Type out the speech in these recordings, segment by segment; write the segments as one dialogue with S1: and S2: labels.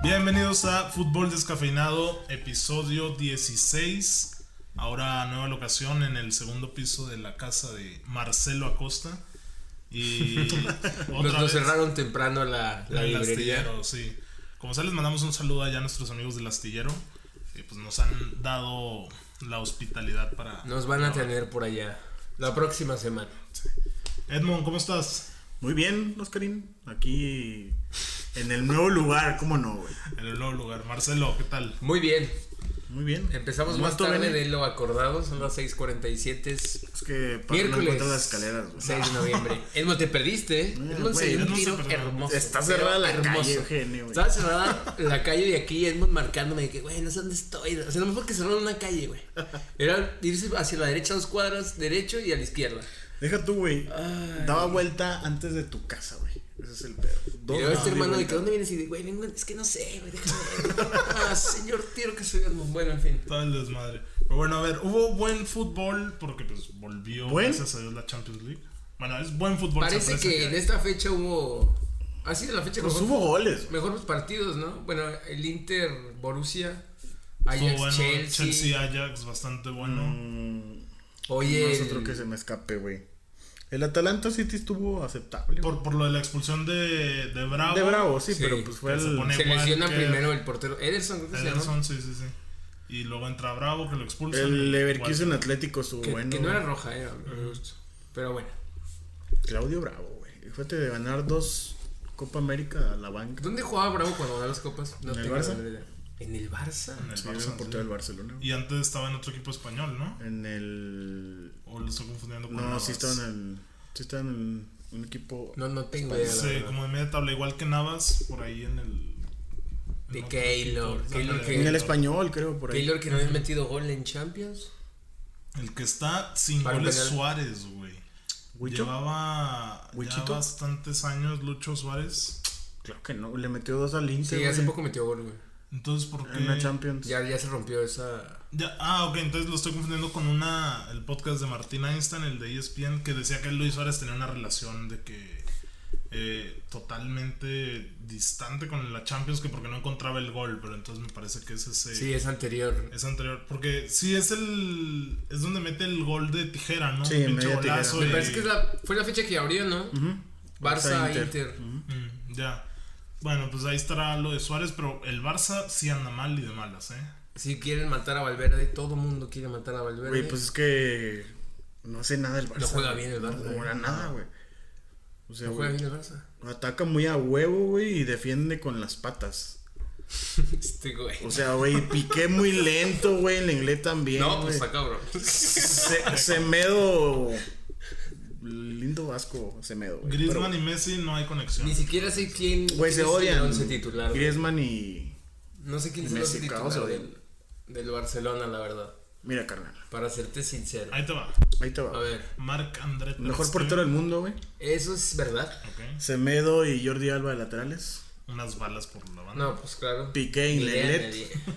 S1: Bienvenidos a Fútbol Descafeinado, episodio 16. Ahora nueva locación en el segundo piso de la casa de Marcelo Acosta. Y
S2: Nos, nos cerraron temprano la, la
S1: el
S2: librería.
S1: astillero, sí. Como sea, les mandamos un saludo allá a nuestros amigos del astillero. Que pues nos han dado la hospitalidad para.
S2: Nos van a
S1: para-
S2: tener por allá la próxima semana.
S1: Edmond, ¿cómo estás?
S3: Muy bien, Oscarín. Aquí en el nuevo lugar, ¿cómo no, güey?
S1: En el nuevo lugar. Marcelo, ¿qué tal?
S2: Muy bien,
S3: Muy bien.
S2: empezamos
S3: ¿Cómo
S2: más
S3: estuvo,
S2: tarde
S3: Benny?
S2: de lo acordado, son las 6:47.
S3: Es que para no
S2: Miércoles.
S3: encuentro las escaleras, güey. Ah,
S2: 6 de noviembre. Edmond, te perdiste. ¿eh?
S3: No,
S2: Edmond se
S3: güey,
S2: dio un
S1: Edmond se
S2: tiro
S1: perdió.
S2: hermoso.
S3: Está
S2: pero
S3: cerrada la
S2: hermoso.
S3: calle, Eugenio, güey.
S2: Estaba cerrada la calle de aquí, Edmond marcándome de que, güey, no sé dónde estoy. O sea, no me porque cerraron una calle, güey. Era irse hacia la derecha dos cuadras, derecho y a la izquierda.
S3: Deja tú, güey.
S2: Ay.
S3: Daba vuelta antes de tu casa, güey. Ese es el pedo.
S2: Y
S3: Dos
S2: luego este
S3: veces di
S2: hermano de
S3: vuelta.
S2: que dónde vienes y de, güey, vengo, es que no sé, güey, déjame ver. Ah, señor, tiro que soy Edmond. Bueno, en fin.
S1: Todo el desmadre. Pero bueno, a ver, hubo buen fútbol porque pues volvió
S3: ¿Buen?
S1: gracias a Dios la Champions League. Bueno, es buen fútbol. se
S2: Parece
S1: aprecia
S2: que en
S1: hay.
S2: esta fecha hubo. Ha sido la fecha con
S3: Pues hubo goles, güey.
S2: mejores partidos, ¿no? Bueno, el Inter, Borussia,
S1: Estuvo
S2: Ajax,
S1: bueno,
S2: Chelsea.
S1: Ajax, bastante bueno.
S3: Mm,
S2: Oye,
S3: no es
S2: el-
S3: otro que se me escape, güey. El Atalanta City estuvo aceptable. güey.
S1: Por, por lo de la expulsión de, de Bravo.
S3: de bravo, sí,
S2: Sí,
S3: pero pues fue
S1: que se
S3: el.
S1: pone-
S2: se lesiona
S1: Walker.
S2: primero el portero Ederson, creo que se llama.
S1: Ederson, sí, sí, sí. Y luego entra Bravo que lo expulsa.
S3: El Leverkusen Atlético estuvo
S2: Que,
S3: bueno.
S2: que no era
S3: güey.
S2: roja, era. Pero bueno.
S3: Claudio Bravo, güey. Fíjate de ganar dos Copa América a la banca.
S2: ¿Dónde jugaba Bravo cuando ganó las copas? No
S3: ¿En el
S2: tengo
S3: Barça?
S2: la menor idea. ¿En el Barça?
S1: En el
S3: Sí,
S1: Barça,
S3: era el portero
S1: sí.
S3: del Barcelona. güey.
S1: Y antes estaba en otro equipo español, ¿no?
S3: En el.
S1: O lo estoy confundiendo con
S3: No,
S1: Navas.
S3: sí estaba en el. Sí estaba en el- un equipo.
S2: No, no tengo idea. la
S1: Sí,
S2: verdad.
S1: como de media tabla, igual que Navas, por ahí en el.
S2: De
S1: otro
S2: Keylor,
S1: equipo.
S2: Keylor
S1: Ándale,
S2: que-
S3: en el español, creo, por ahí.
S2: Taylor que no había metido gol en Champions.
S1: El que está sin
S2: Para un
S1: goles
S2: penal.
S1: Suárez, güey.
S3: ¿Huicho?
S1: Llevaba ya
S3: ¿Huichito?
S1: bastantes años Lucho Suárez.
S3: Claro que no. Le metió dos al Inter.
S2: Sí, hace
S3: güey,
S2: poco metió gol, güey.
S1: Entonces, ¿por qué?
S3: En la Champions.
S2: Ya, ya se rompió esa.
S1: Ya, ah, ok, entonces lo estoy confundiendo con una el podcast de Martín Einstein, el de E ESPN, que decía que Luis Suárez tenía una relación de que eh, totalmente distante con la Champions, que porque no encontraba el gol, pero entonces me parece que es ese
S2: Sí, es anterior.
S1: es anterior, porque sí es el es donde mete el gol de tijera, ¿no?
S3: Sí,
S1: Un
S3: media tijera.
S2: Me
S3: Sí.
S2: parece que es la, fue la fecha que abrió, ¿no?
S3: Ujú.
S2: Barça, Inter.
S3: Ujú.
S1: Mm, ya. Bueno, pues ahí estará lo de Suárez, pero el Barça sí anda mal y de malas, ¿eh?
S2: Si quieren matar a Valverde, todo mundo quiere matar a Valverde.
S3: Güey, pues es que. No hace nada el Barça.
S2: eh. No juega
S3: güey.
S2: bien el Barça,
S3: No
S2: güey.
S3: juega nada, güey. O sea,
S2: no juega
S3: güey,
S2: bien el Barça.
S3: Ataca muy a huevo, güey, y defiende con las patas.
S2: Este güey.
S3: O sea, güey, piqué muy lento, güey, el inglés también.
S2: no, pues
S3: güey.
S2: está cabrón.
S3: Se- Semedo. Lindo Vasco, Semedo. güey,
S1: Griezmann
S3: pero-
S1: y Messi no hay conexión.
S2: Ni siquiera sé quién.
S3: Güey, se
S2: quién es el
S3: odian.
S2: once titular. güey.
S3: Griezmann y.
S2: No sé quién es el
S3: Messi,
S2: once
S3: claro, se
S2: titular
S3: odian.
S2: del, del Barcelona, la verdad.
S3: Mira, carnal.
S2: Para serte sincero.
S1: Ahí te va.
S3: Ahí te
S2: A
S3: va.
S2: ver,
S1: Marc André Ter
S3: Mejor
S1: Stegen.
S3: portero del mundo, güey.
S2: eso es verdad.
S1: Ok.
S3: Semedo y Jordi Alba de laterales.
S1: Unas balas por la banda.
S2: No, pues claro.
S3: Piqué y
S2: Ni idea,
S3: Lenglet.
S2: nadie.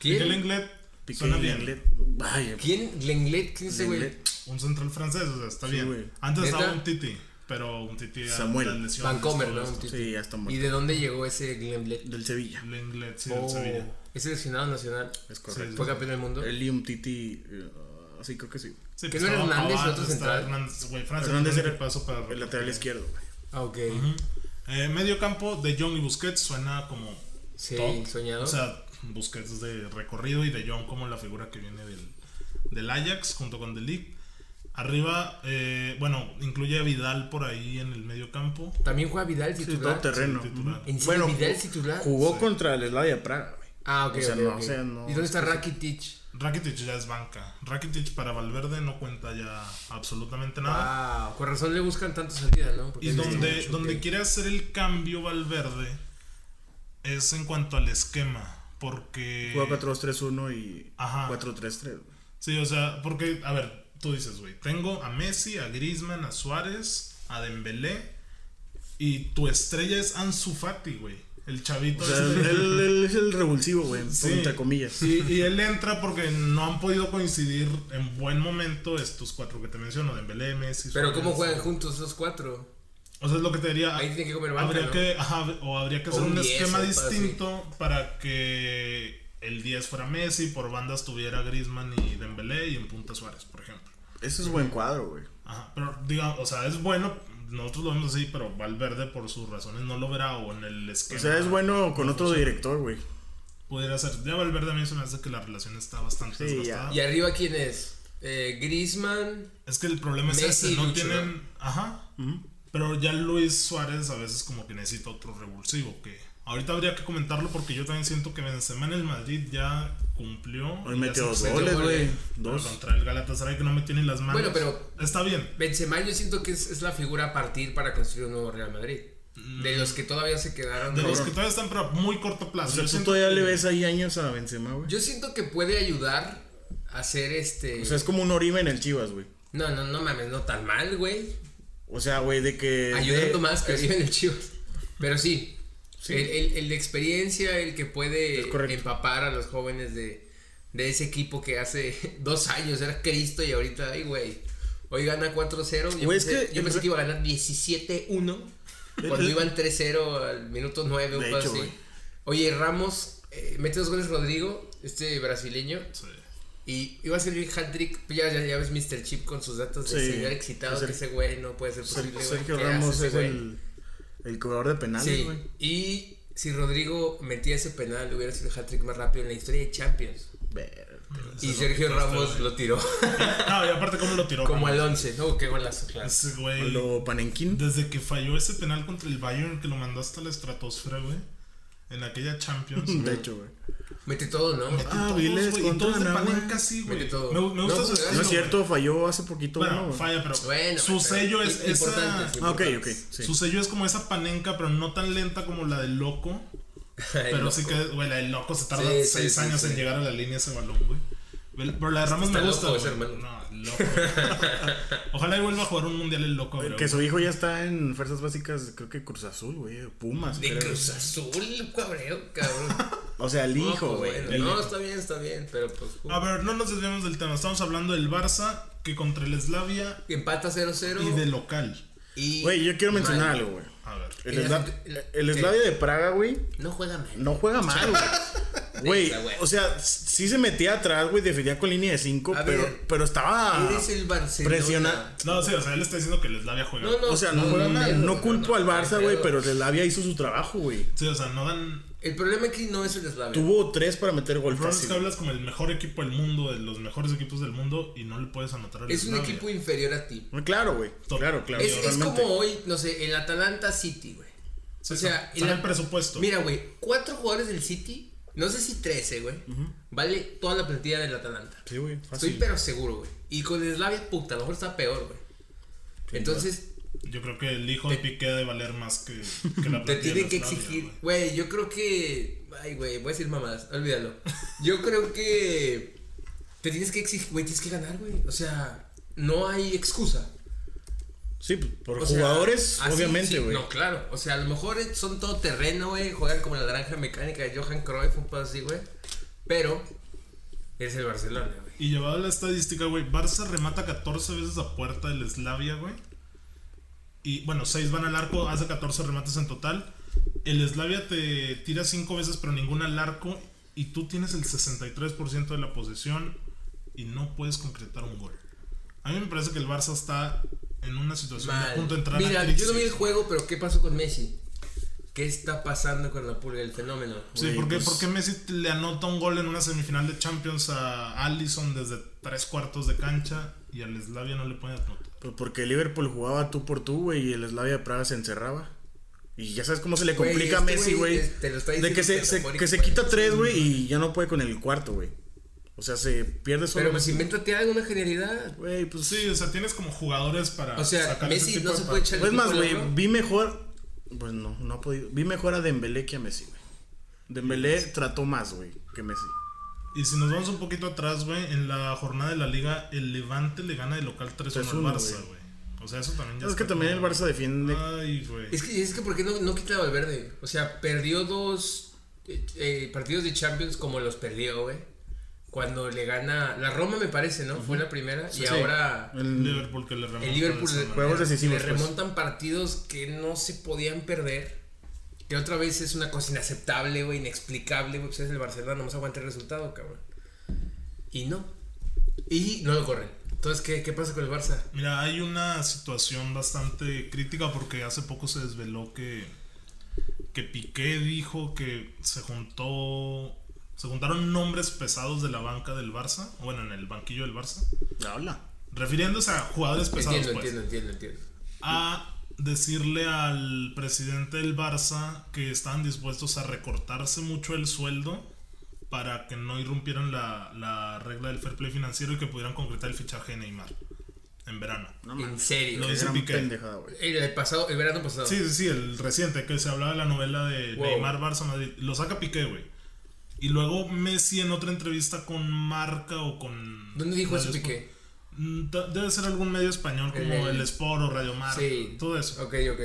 S1: Miguel
S2: ¿Quién?
S1: Englet
S3: Piqué
S1: suena
S3: y
S1: bien.
S3: Lenglet. Vaya,
S2: ¿Quién? Lenglet, ¿quién es ese güey?
S3: Lenglet.
S1: Un central francés, o sea, está
S3: Sí,
S1: bien.
S3: güey.
S1: Antes
S2: ¿Neta?
S1: estaba un Titi, pero un Titi a-
S3: Samuel.
S1: a lesiones,
S2: Vancomer,
S1: todo
S2: ¿no?
S1: esto.
S3: Sí, ya está
S2: ¿Y
S3: muerto.
S2: de dónde llegó ese Lenglet?
S3: Del Sevilla.
S1: El Englet, sí,
S2: Oh,
S1: del Sevilla.
S2: Es seleccionado nacional.
S3: Es
S1: Sí,
S3: correcto.
S2: Fue campeón del mundo.
S3: El Liam Titi. eh, sí, creo que sí.
S1: Sí, pues
S2: ¿Que no era
S1: estaba
S2: Hernández,
S1: Pavard,
S2: otro
S1: estaba
S2: central?
S1: Hernández, güey. Francia
S3: Hernández
S1: tiene
S3: era
S1: un paso para
S3: El lateral izquierdo, güey.
S2: Ah, ok.
S1: Ujú. Eh, medio campo de Jong y Busquets suena como
S2: Sí,
S1: top.
S2: soñado.
S1: O sea, Busquets de recorrido y de Jong como la figura que viene del, del Ajax junto con De Ligt. Arriba, eh, bueno, incluye a Vidal por ahí en el medio campo.
S2: También juega Vidal
S3: Sí, todo
S2: titular.
S3: terreno.
S1: Sí, titular.
S2: ¿En serio,
S3: Bueno,
S2: Vidal
S3: jugó-
S2: titular?
S3: Jugó
S1: Sí.
S3: contra el Slavia Praga, güey.
S2: Ah, ok.
S3: O sea,
S2: ok,
S3: no,
S2: ok.
S3: o sea, no.
S2: ¿Y dónde está Rakitic?
S1: Rakitic ya es banca. Rakitic para Valverde no cuenta ya absolutamente nada.
S2: Ah, con razón le buscan tanto salida, ¿no? Porque
S1: y
S2: es
S1: donde,
S2: mucho,
S1: donde
S2: ok.
S1: quiere hacer el cambio Valverde es en cuanto al esquema. Porque.
S3: Jugó 4-2-3-1 y
S1: Ajá.
S3: 4-3-3, güey.
S1: Sí, o sea, porque, a ver, tú dices, güey, tengo a Messi, a Griezmann, a Suárez, a Dembélé y tu estrella es Ansu Fati, güey, el chavito.
S3: O sea,
S1: este.
S3: él, él- él es el revulsivo, güey,
S1: Sí.
S3: entre comillas.
S1: Y, y él entra porque no han podido coincidir en buen momento estos cuatro que te menciono, Dembélé, Messi.
S2: Pero
S1: Suárez.
S2: ¿cómo juegan juntos los cuatro?
S1: O sea, es lo que te diría.
S2: Ahí tiene que comer banca,
S1: habría
S2: ¿no?
S1: que, ajá, o habría que
S2: O
S1: hacer un,
S2: un 10
S1: esquema
S2: o algo así.
S1: distinto para que el 10 fuera Messi, por bandas tuviera Griezmann y Dembélé y en punta Suárez, por ejemplo.
S3: Eso es buen cuadro, güey.
S1: Ajá, pero digamos, o sea, es bueno, nosotros lo vemos así, pero Valverde por sus razones no lo verá o en el
S3: O
S1: esquema.
S3: sea, es bueno con otro director, güey.
S1: Pudiera ser. Ya Valverde a mí se me hace que la relación está bastante
S3: Sí, ya.
S1: desgastada.
S2: ¿Y arriba quién es? Eh, Griezmann.
S1: Es que el problema es
S2: Messi
S1: ese, no
S2: y Lucho,
S1: tienen. Ajá. Pero ya Luis Suárez a veces como que necesita otro revulsivo. Que ahorita habría que comentarlo porque yo también siento que Benzema en el Madrid ya cumplió.
S3: Hoy
S1: y ya se
S3: metió dos
S1: presentó
S3: goles,
S2: goles.
S3: güey.
S1: Pero
S3: Dos.
S1: Contra el Galatasaray que no me tiene las manos.
S2: Bueno, pero-
S1: Está bien.
S2: Benzema yo siento que es, es la figura a partir para construir un nuevo Real Madrid. De los que todavía se quedaron.
S1: De los
S2: ¿no?
S1: que todavía están, pero a muy corto plazo.
S3: O sea,
S1: Yo
S3: tú
S1: siento
S3: todavía
S1: que-
S3: le ves ahí años a Benzema, güey.
S2: Yo siento que puede ayudar a hacer este...
S3: O sea, Pues es como un Oribe en el Chivas, güey.
S2: No, no, no mames, no tan mal, güey.
S3: O sea, güey, de que.
S2: Ayudando
S3: eh, de-
S2: más que viven el Chivas. Pero sí,
S3: Sí.
S2: El, el- el de experiencia, el que puede
S3: Es correcto.
S2: empapar a los jóvenes de, de ese equipo que hace dos años era Cristo y ahorita, ay, güey, hoy gana 4-0. Yo,
S3: Güey, es
S2: pensé,
S3: que
S2: yo
S3: el
S2: pensé
S3: re-
S2: que iba a ganar 17-1 cuando
S3: el-
S2: iban 3-0 al minuto 9 o
S3: De
S2: algo
S3: hecho,
S2: así.
S3: güey.
S2: Oye, Ramos eh, mete dos goles Rodrigo, este brasileño.
S1: Sí.
S2: Y iba a ser el hat-trick, ya, ya, ya ves Mr. Chip con sus datos de
S3: Sí.
S2: señor excitado,
S3: Es el-
S2: que ese güey no puede ser posible.
S3: Ser-
S2: güey.
S3: Sergio
S2: ¿Qué hace
S3: Ramos
S2: ese
S3: es
S2: güey?
S3: el, el cobrador de penales,
S2: Sí,
S3: güey.
S2: y si Rodrigo metía ese penal, hubiera sido el hat-trick más rápido en la historia de Champions.
S3: Ver-
S2: Y
S1: Eso
S2: Sergio
S1: no- no está
S2: Ramos
S1: bien.
S2: lo tiró
S1: No, y aparte, ¿cómo lo tiró?
S2: como
S1: Ramos?
S2: al 11. No, qué golazo, claro.
S1: Ese güey.
S3: Lo Panenquín.
S1: Desde que falló ese penal contra el Bayern que lo mandó hasta la estratosfera, güey. En aquella Champions.
S3: De
S1: güey.
S3: hecho, güey.
S2: Mete todo, ¿no?
S1: Mete
S3: Ah,
S1: todos,
S3: Viles
S1: güey, y
S3: contra
S1: todos de
S3: Nahuel.
S1: Panenka sí, güey. Me,
S2: Mete todo.
S1: me gusta
S2: No,
S1: su
S2: pues,
S1: estilo,
S3: No
S2: no,
S3: es
S1: güey.
S3: cierto, falló hace poquito
S1: Bueno,
S3: uno, güey.
S1: falla, pero
S2: Bueno,
S1: su
S2: pero
S1: sello es esa.
S2: i- importantes,
S3: Ah, ok, ok.
S2: importantes.
S3: Sí.
S1: Su sello es como esa panenca, pero no tan lenta como la del loco. Pero sí que, güey, la del loco se tarda
S2: Sí, sí,
S1: seis
S2: sí,
S1: años
S2: sí.
S1: en llegar a la línea ese balón, güey. Ve- Pero la de Ramos
S2: Está
S1: me gusta.
S2: loco ese
S1: güey.
S2: hermano.
S1: No, loco. Ojalá y vuelva a jugar un mundial el loco, güey.
S3: Que su hijo ya está en fuerzas básicas, creo que Cruz Azul, güey. o Pumas.
S2: De
S3: creo.
S2: Cruz Azul, cabreo, cabrón.
S3: O sea, el
S2: No, pues,
S3: hijo, güey.
S2: bueno,
S3: el
S2: No,
S3: hijo.
S2: está bien, está bien, pero pues...
S1: A ver, no nos desviemos del tema. Estamos hablando del Barça que contra el Slavia
S2: Empata 0-0.
S1: y de local.
S2: y-
S3: Güey, yo quiero mencionar
S2: Mal.
S3: algo, güey.
S1: A ver.
S3: El,
S2: Y la
S3: Sla-
S2: gente-
S3: el
S2: la-
S3: Slavia de Praga, güey,
S2: No juega mal.
S3: no juega mal, güey.
S2: Neta,
S3: Güey,
S2: güey.
S3: o sea, sí se metía atrás, güey, defendía con línea de 5,
S2: A
S3: pero,
S2: ver,
S3: pero estaba
S2: Eres el Barcelona.
S3: Ah, presiona-
S1: No, sí, o sea, él está diciendo que el Slavia juega.
S2: No, no.
S3: O sea, no, juega mal. No culpo al Barça, güey,
S2: pero-
S3: pero el Slavia hizo su trabajo, güey.
S1: Sí, o sea, no dan.
S2: El problema aquí no es el Slavia.
S3: Tuvo tres para meter gol
S1: El problema es que
S3: fácil.
S1: hablas como el mejor equipo del mundo, de los mejores equipos del mundo, y no le puedes anotar al
S2: Es un
S1: Slavia.
S2: equipo inferior a ti.
S3: No, Claro, güey.
S1: Top.
S3: Claro, claro.
S2: Es, es
S3: totalmente.
S2: como hoy, no sé, el Atalanta City, güey.
S1: Sí,
S2: o sea,
S1: sabe- sabe
S2: el-
S1: el presupuesto.
S2: Mira, güey, cuatro jugadores del City, no sé si 13, güey, vale toda la plantilla del Atalanta.
S3: Sí, güey,
S2: Estoy
S3: fácil.
S2: pero seguro, güey. Y con el Slavia, puta, a lo mejor está peor, güey. Entonces,
S1: Yo creo que el hijo de Piqué ha de valer más que, que la
S2: Te
S1: plantilla
S2: tienen
S1: de
S2: que
S1: Slavia,
S2: exigir.
S1: güey.
S2: Güey, yo creo que. Ay, güey, voy a decir mamadas, olvídalo. Yo creo que. Te tienes que exigir, güey, tienes que ganar, güey. O sea, no hay excusa.
S3: Sí, pues, por
S2: O sea,
S3: jugadores,
S2: así, sí,
S3: obviamente, güey.
S2: no, claro. O sea, a lo mejor son todo terreno, güey. Juegan como la naranja mecánica de Johan Cruyff, un pedo así, güey. Pero. Es el Barcelona, güey.
S1: Y llevado la estadística, güey, Barça remata 14 veces a puerta del Slavia, güey. Y bueno, 6 van al arco, hace 14 remates en total. El Slavia te tira 5 veces, pero ninguna al arco. Y tú tienes el 63% de la posesión y no puedes concretar un gol. A mí me parece que el Barça está en una situación de a punto de
S2: Mal.
S1: entrar
S2: Mira,
S1: a
S2: yo no vi el
S1: crisis.
S2: juego, pero ¿qué pasó con Messi? ¿Qué está pasando con la pulga? El fenómeno.
S1: Sí,
S3: Güey,
S1: porque,
S3: pues-
S1: porque Messi le anota un gol en una semifinal de Champions a Allison desde tres cuartos de cancha y al Slavia no le pueden anotar.
S3: Pues porque Liverpool jugaba tú por tú, güey, y el Slavia de Praga se encerraba. Y ya sabes cómo se le
S2: Güey,
S3: complica
S2: este
S3: a Messi,
S2: güey,
S3: güey.
S2: es- te lo está
S3: De que
S2: diciendo
S3: se, se-
S2: metafórico,
S3: que se
S2: güey.
S3: quita tres, güey, y ya no puede con el cuarto, güey. O sea, se pierde solo.
S2: Pero pues
S3: Messi.
S2: invéntate alguna genialidad.
S3: Güey, pues sí.
S1: Sí, o sea, tienes como jugadores para
S2: O sea,
S1: Ah, sacar
S2: Messi
S1: ese tipo
S2: no
S1: de
S2: se
S1: par-
S2: puede echar el
S3: Pues más,
S2: equipo al
S3: güey,
S2: hombro.
S3: vi mejor. Pues no, no ha podido. Vi mejor a Dembélé que a Messi, güey. Dembélé trató más, güey, que Messi.
S1: Y si nos vamos un poquito atrás, güey, en la jornada de la liga, el Levante le gana de local 3-1 al
S3: 3-1,
S1: Barça, güey. O sea, eso también ya
S3: es que
S1: está
S3: también el
S1: como-
S3: Barça defiende.
S1: Ay, güey.
S2: Es que, es que ¿por qué no, no quita a Valverde? O sea, perdió dos eh, eh, partidos de Champions como los perdió, güey. Cuando le gana. La Roma, me parece, ¿no? Fue la primera. Y ahora.
S1: El
S3: El-
S1: Liverpool que le remonta.
S2: El Liverpool
S1: de esa
S2: le,
S1: manera.
S3: Mm, Juegos decisivos,
S2: le
S3: pues.
S2: remontan partidos que no se podían perder. Que otra vez es una cosa inaceptable, güey, inexplicable, güey. Pues es el Barcelona, nomás aguanta el resultado, cabrón. Y no. Y no lo corren. Entonces, ¿qué, qué pasa con el Barça?
S1: Mira, hay una situación bastante crítica porque hace poco se desveló que, que Piqué dijo que se juntó. Se juntaron nombres pesados de la banca del Barça, bueno, en el banquillo del Barça,
S3: Habla.
S1: refiriéndose a jugadores pesados,
S2: entiendo,
S1: pues,
S2: entiendo, entiendo, entiendo.
S1: a decirle al presidente del Barça que estaban dispuestos a recortarse mucho el sueldo para que no irrumpieran la, la regla del fair play financiero y que pudieran concretar el fichaje de Neymar en verano.
S3: No
S2: en
S3: mames.
S2: serio.
S1: Lo
S3: Qué
S1: dice
S3: gran
S1: Piqué.
S3: pendejada, güey.
S2: El, el pasado, el verano pasado.
S1: Sí, sí, sí, el reciente, que se hablaba de la novela de
S2: Wow.
S1: Neymar Barça Madrid. Lo saca Piqué, güey. Y luego Messi en otra entrevista con Marca o con.
S2: ¿Dónde dijo eso
S1: Radio
S2: Piqué?
S1: Sport. Mm, ta- Debe ser algún medio español como
S2: En el-
S1: el, Sport o Radio Marca.
S2: Sí.
S1: Todo eso.
S2: Ok, ok.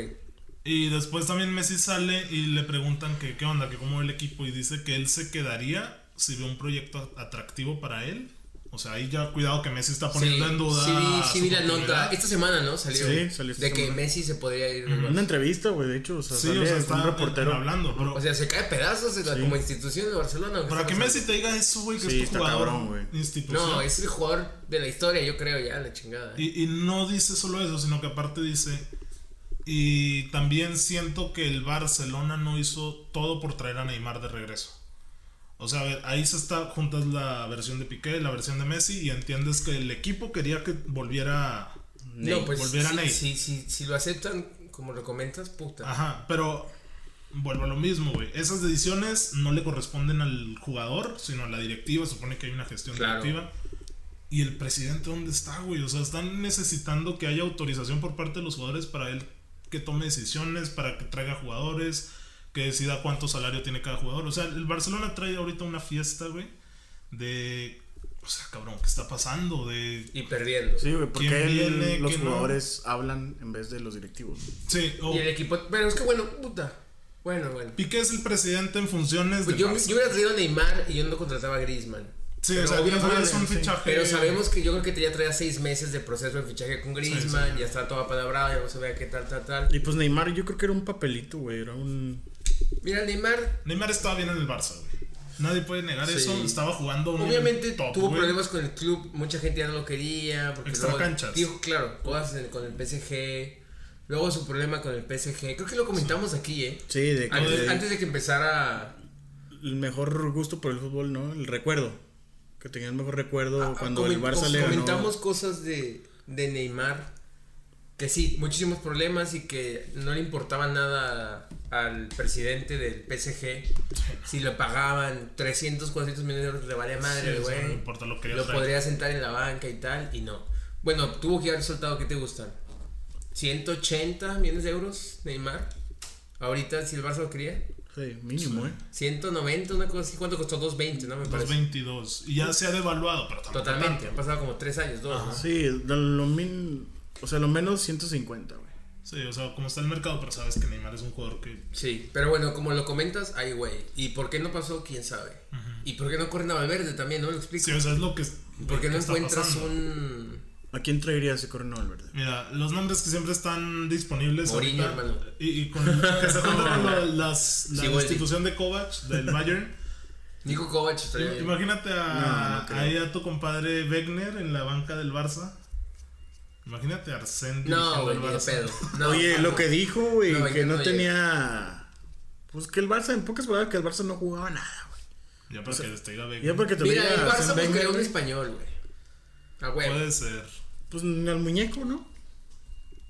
S1: Y después también Messi sale y le preguntan que qué onda, que cómo ve el equipo. Y dice que él se quedaría si ve un proyecto atractivo para él. O sea, ahí ya cuidado que Messi está poniendo
S2: sí,
S1: en duda.
S2: Sí, vi- sí
S1: su
S2: vi la nota.
S1: continuidad.
S2: Esta semana, ¿no? Salió.
S3: Sí, salió esta
S2: De que
S3: semana.
S2: Messi se podría ir. del
S3: Una
S2: Barça.
S3: entrevista, güey, de hecho, o sea,
S1: Sí,
S3: sale
S1: o sea,
S3: un
S1: está
S3: reportero.
S1: hablando, pero
S2: O sea, se cae a pedazos de la- como institución de Barcelona. ¿o qué
S1: Para
S2: está
S1: que
S2: pasando?
S1: Messi te diga eso, güey, que
S3: Sí,
S1: es tu
S3: está
S1: jugador
S3: cabrón, güey.
S1: institución.
S2: No, es el jugador de la historia, yo creo, ya, la chingada. ¿eh?
S1: y, y no dice solo eso, sino que aparte dice. Y también siento que el Barcelona no hizo todo por traer a Neymar de regreso. O sea, a ver, ahí se está juntas la versión de Piqué, la versión de Messi, y entiendes que el equipo quería que volviera.
S2: no, pues
S1: volver a
S2: si,
S1: Ney.
S2: si, si, si lo aceptan, como lo comentas, puta.
S1: Ajá, pero vuelvo a lo mismo, güey. Esas decisiones no le corresponden al jugador, sino a la directiva. Supone que hay una gestión
S2: Claro.
S1: directiva. ¿Y el presidente dónde está, güey? O sea, están necesitando que haya autorización por parte de los jugadores para él que tome decisiones, para que traiga jugadores, que decida cuánto salario tiene cada jugador. O sea, el Barcelona trae ahorita una fiesta, güey, de... O sea, cabrón, ¿qué está pasando? De
S2: Y perdiendo.
S3: Sí, güey,
S1: ¿Quién
S3: porque él-
S1: viene,
S3: los
S1: quién no?
S3: jugadores hablan en vez de los directivos.
S1: Sí, o
S2: Y el equipo. Pero es que bueno, puta. Bueno, bueno.
S1: Piqué es el presidente en funciones del
S2: Pues yo,
S1: Barça.
S2: yo hubiera traído a Neymar y yo no contrataba a Griezmann.
S1: Sí,
S2: Pero
S1: o sea,
S2: obviamente,
S1: Griezmann es un
S3: sí.
S1: fichaje.
S2: Pero sabemos que yo creo que ya traía seis meses de proceso de fichaje con Griezmann,
S1: sí.
S2: ya está toda palabrada, ya no se vea qué tal, tal, tal.
S3: Y pues Neymar, yo creo que era un papelito, güey, era un
S2: Mira, Neymar
S1: Neymar estaba bien en el Barça, güey. Nadie puede negar
S2: Sí.
S1: eso. Estaba jugando un
S2: Obviamente
S1: nivel top,
S2: tuvo
S1: güey.
S2: problemas con el club, mucha gente ya no lo quería. Porque
S1: Extra
S2: luego
S1: canchas.
S2: Dijo, claro, cosas en- con el PSG. Luego su problema con el PSG. Creo que lo comentamos aquí, ¿eh?
S3: Sí, de que
S2: Antes,
S3: de-
S2: antes de que empezara.
S3: el mejor gusto por el fútbol, ¿no? El recuerdo. Que tenía el mejor recuerdo cuando
S2: Ah, comen-
S3: el Barça
S2: com-
S3: le ganó.
S2: Comentamos cosas de, de Neymar. Que sí, muchísimos problemas y que no le importaba nada al presidente del PSG. Si lo pagaban 300, 400 millones de euros, le valía
S1: Sí,
S2: madre,
S1: eso
S2: güey.
S1: no me importa lo que
S2: Lo podría sentar en la banca y tal, y no. Bueno, tuvo que haber soltado, ¿qué te gustan? 180 millones de euros, Neymar. Ahorita, si el Barça lo quería,
S3: Sí, mínimo, ¿eh.
S2: 190, una cosa así. ¿Cuánto costó? 220, ¿no? Me parece.
S1: 2.22. Y ya se ha devaluado, pero tampoco
S2: Totalmente,
S1: tanto.
S2: han pasado como 3 años, 2, ¿no?
S3: Sí, lo, lo min- o sea, lo menos 150, güey.
S1: Sí, o sea, como está el mercado, pero sabes que Neymar es un jugador que.
S2: Sí, pero bueno, como lo comentas, ay, güey. ¿Y por qué no pasó? ¿Quién sabe? ¿Y por qué no corren a Valverde también? ¿No me lo explico?
S1: Sí, o sea, es lo que.
S2: ¿Por qué
S1: lo
S2: no
S1: que está
S2: encuentras
S1: pasando.
S2: un...?
S3: ¿A quién traería ese Corona Valverde?
S1: Mira, los nombres que siempre están disponibles.
S2: Mourinho,
S1: ahorita,
S2: hermano.
S1: Y, y con. Que se junta con lo- las, la
S2: Sí, güey.
S1: institución de Kovac, del Bayern.
S2: Nico Kovac estaría
S1: Im-
S2: bien.
S1: Imagínate
S3: No,
S1: a,
S3: no creo.
S1: ahí a tu compadre Wegner en la banca del Barça. Imagínate a Arsène dirigiendo
S2: No, güey,
S1: el
S2: ni de
S1: Barça.
S2: pedo. No,
S3: Oye, lo
S2: no.
S3: que dijo, güey,
S2: No,
S3: que
S2: yo
S3: no,
S2: no
S3: tenía. Pues que el Barça, en pocas palabras, que el Barça no jugaba nada, güey.
S1: Ya para que distraiga Wegner.
S3: Ya porque te
S2: Mira,
S3: veía
S2: el
S3: Arsène
S2: Barça
S3: Wenger,
S2: buscaría un
S3: güey,
S2: español, güey. A huevo.
S1: Puede ser.
S3: Pues ni al muñeco, ¿no?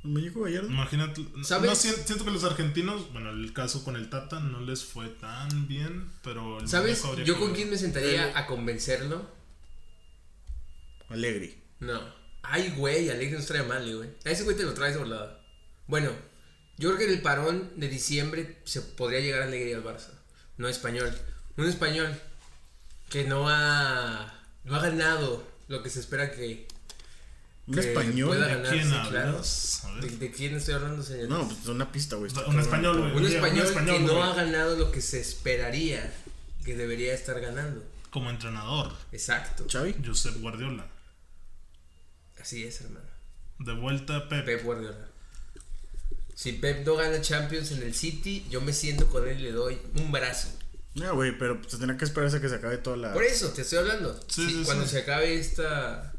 S3: El muñeco Gallardo.
S1: Imagínate.
S2: ¿Sabes?
S1: No, siento, siento que los argentinos, bueno, el caso con el Tata no les fue tan bien, pero. el
S2: ¿Sabes?
S1: muñeco habría
S2: Yo
S1: que
S2: con
S1: ver.
S2: quién me sentaría a convencerlo.
S3: Alegri.
S2: No. Ay, güey, Alegre nos trae mal, güey. A ese güey te lo traes volado. Bueno, yo creo que en el parón de diciembre se podría llegar a Alegría al Barça. No español. Un español que no ha, no ha ganado lo que se espera que.
S3: Un
S2: que
S3: español.
S2: pueda
S1: ¿De
S2: ganar,
S1: quién
S2: sí,
S1: hablas? A
S2: claro.
S1: ver.
S2: ¿De, de quién estoy hablando, señor?
S3: No, pues una pista, güey.
S1: pues, Un español, güey.
S2: un,
S1: Oye,
S2: español
S1: un español,
S2: que no
S1: güey.
S2: ha ganado lo que se esperaría que debería estar ganando.
S1: como entrenador,
S2: Exacto.
S3: Xavi.
S1: Josep Guardiola.
S2: Así es, hermano.
S1: De vuelta Pep.
S2: Pep Guardiola. Si Pep no gana Champions en el City, yo me siento con él y le doy un brazo.
S3: No, Ah, güey, pero se tendrá que esperarse a que se acabe toda la.
S2: Por eso te estoy hablando.
S1: Sí,
S2: Si
S1: sí,
S2: cuando
S1: sí.
S2: se acabe esta